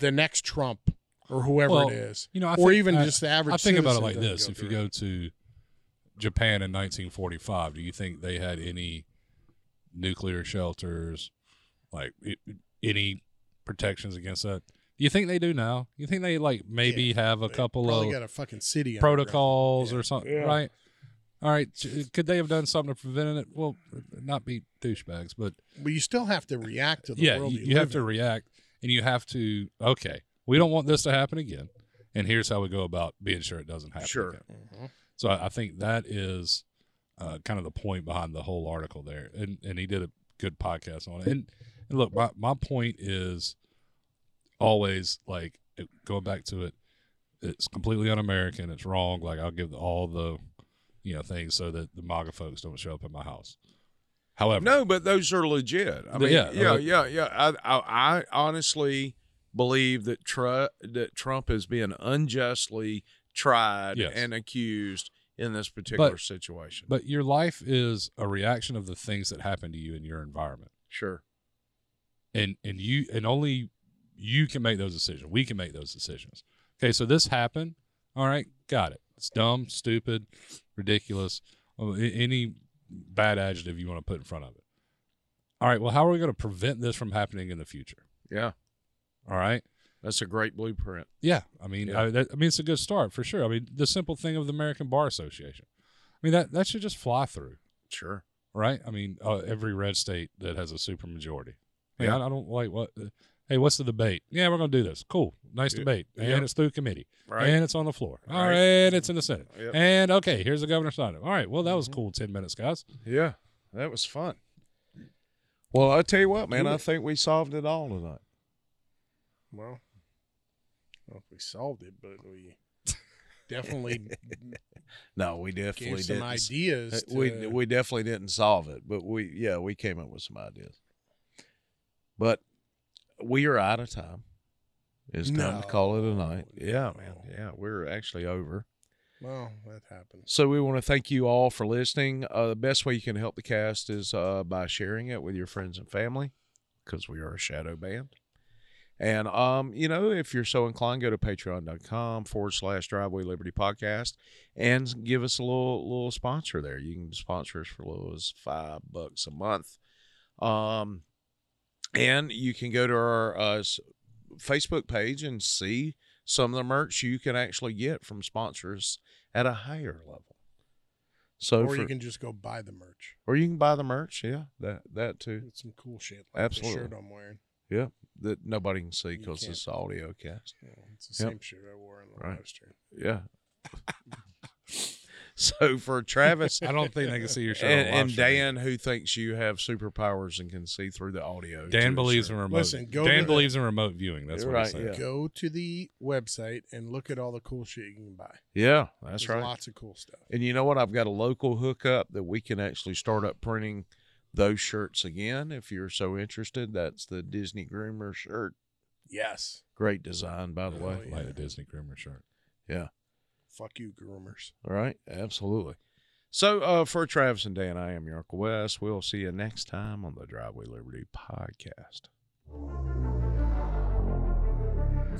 Speaker 2: the next Trump or whoever
Speaker 3: Well,
Speaker 2: it is,
Speaker 3: You know, I
Speaker 2: or
Speaker 3: think-
Speaker 2: even
Speaker 3: I-
Speaker 2: just the average.
Speaker 3: I think about it
Speaker 2: citizen
Speaker 3: like
Speaker 2: doesn't
Speaker 3: this:
Speaker 2: go
Speaker 3: if you
Speaker 2: through it.
Speaker 3: go to Japan in 1945, do you think they had any nuclear shelters, like it, any protections against that? Do you think they do now? You think they like maybe have a
Speaker 2: They
Speaker 3: couple
Speaker 2: probably
Speaker 3: of
Speaker 2: got a fucking city underground.
Speaker 3: protocols
Speaker 2: Yeah.
Speaker 3: or something,
Speaker 1: Yeah.
Speaker 3: right? All right, j- could they have done something to prevent it? Well, not be douchebags, but
Speaker 2: But you still have to react to the
Speaker 3: yeah,
Speaker 2: world.
Speaker 3: you,
Speaker 2: you
Speaker 3: you have
Speaker 2: live
Speaker 3: to
Speaker 2: in.
Speaker 3: react, and you have to okay. We don't want this to happen again, and here's how we go about being sure it doesn't happen.
Speaker 1: Sure.
Speaker 3: again. So I, I think that is uh, kind of the point behind the whole article there, and and he did a good podcast on it. And, and look, my my point is always like it- going back to it. It's completely un-American. It's wrong. Like I'll give all the you know things so that the MAGA folks don't show up at my house. However,
Speaker 1: No, but those are legit. I
Speaker 3: Th-
Speaker 1: mean, yeah,
Speaker 3: yeah,
Speaker 1: yeah,
Speaker 3: like-
Speaker 1: yeah, I, I, I honestly believe that tru- that Trump is being unjustly tried
Speaker 3: Yes.
Speaker 1: and accused in this particular
Speaker 3: But-
Speaker 1: situation.
Speaker 3: but your life is a reaction of the things that happen to you in your environment.
Speaker 1: sure,
Speaker 3: and and you and only you can make those decisions. We can make those decisions. Okay, so this happened. All right, got it. It's dumb, stupid, ridiculous. oh, a- Any bad adjective you want to put in front of it. All right. Well, how are we going to prevent this from happening in the future?
Speaker 1: yeah,
Speaker 3: All right.
Speaker 1: that's a great blueprint.
Speaker 3: Yeah, I mean,
Speaker 1: Yeah.
Speaker 3: I, that, I mean, it's a good start for sure. I mean, the simple thing of the American Bar Association. I mean, that that should just fly through,
Speaker 1: Sure,
Speaker 3: right? I mean, uh, every red state that has a supermajority. Yeah,
Speaker 1: Yeah.
Speaker 3: I, I don't like what. hey, what's the debate? Yeah, we're gonna do this. Cool, nice
Speaker 1: Yeah.
Speaker 3: debate, and
Speaker 1: Yeah.
Speaker 3: it's through committee,
Speaker 1: right?
Speaker 3: and it's on the floor, All right,
Speaker 1: Right.
Speaker 3: and it's in the Senate,
Speaker 1: Yep.
Speaker 3: and okay, here's the governor's sign. All right, well, that was
Speaker 1: Mhm.
Speaker 3: cool. Ten minutes, guys.
Speaker 1: yeah, that was fun. Well, I tell you what, man,
Speaker 2: Ooh.
Speaker 1: I think we solved it all tonight.
Speaker 2: Well, I don't know if we solved it, but we definitely
Speaker 1: No, we definitely
Speaker 2: gave
Speaker 1: did.
Speaker 2: some ideas. To,
Speaker 1: Uh, we we definitely didn't solve it, but we yeah we came up with some ideas. But we are out of time. It's time to call it a night.
Speaker 2: No.
Speaker 1: Yeah, man. Yeah, we're actually over.
Speaker 2: well, that happens.
Speaker 1: So we want to thank you all for listening. Uh, the best way you can help the cast is uh, by sharing it with your friends and family, because we are a shadow band. And um, you know, if you're so inclined, go to patreon.com forward slash driveway liberty podcast and give us a little little sponsor there. You can sponsor us for as little as five bucks a month. Um, and you can go to our uh, s- Facebook page and see some of the merch you can actually get from sponsors at a higher level. So,
Speaker 2: Or
Speaker 1: for-
Speaker 2: you can just go buy the merch.
Speaker 1: or you can buy the merch, yeah, that that too,
Speaker 2: It's some cool shit. Like
Speaker 1: Absolutely.
Speaker 2: The shirt I'm wearing.
Speaker 1: that nobody can see
Speaker 2: You
Speaker 1: because
Speaker 2: can't.
Speaker 1: it's audio cast.
Speaker 2: Yeah, it's the
Speaker 1: Yep.
Speaker 2: same shirt I wore on the
Speaker 1: Right.
Speaker 2: live stream.
Speaker 1: Yeah. so for Travis
Speaker 3: I don't think they can see your show. on
Speaker 1: and,
Speaker 3: live
Speaker 1: and
Speaker 3: stream.
Speaker 1: Dan, who thinks you have superpowers and can see through the audio, to
Speaker 3: Dan
Speaker 1: a
Speaker 3: believes in
Speaker 1: shirt.
Speaker 3: remote.
Speaker 2: Listen, go
Speaker 3: Dan
Speaker 2: to-
Speaker 3: believes in remote viewing. That's
Speaker 1: You're
Speaker 3: what
Speaker 1: right,
Speaker 3: he said.
Speaker 1: yeah.
Speaker 2: Go to the website and look at all the cool shit you can buy.
Speaker 1: Yeah, that's
Speaker 2: There's
Speaker 1: right.
Speaker 2: Lots of cool stuff.
Speaker 1: And you know what? I've got a local hookup that we can actually start up printing those shirts again if you're so interested. That's the Disney Groomer shirt.
Speaker 2: Yes.
Speaker 1: Great design, by the
Speaker 2: Oh,
Speaker 1: way.
Speaker 2: yeah.
Speaker 3: Like a Disney groomer shirt.
Speaker 2: Fuck you, groomers.
Speaker 1: All right. Absolutely. So uh, for Travis and Dan, I am your Uncle Wes. We'll see you next time on the Driveway Liberty podcast.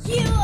Speaker 5: You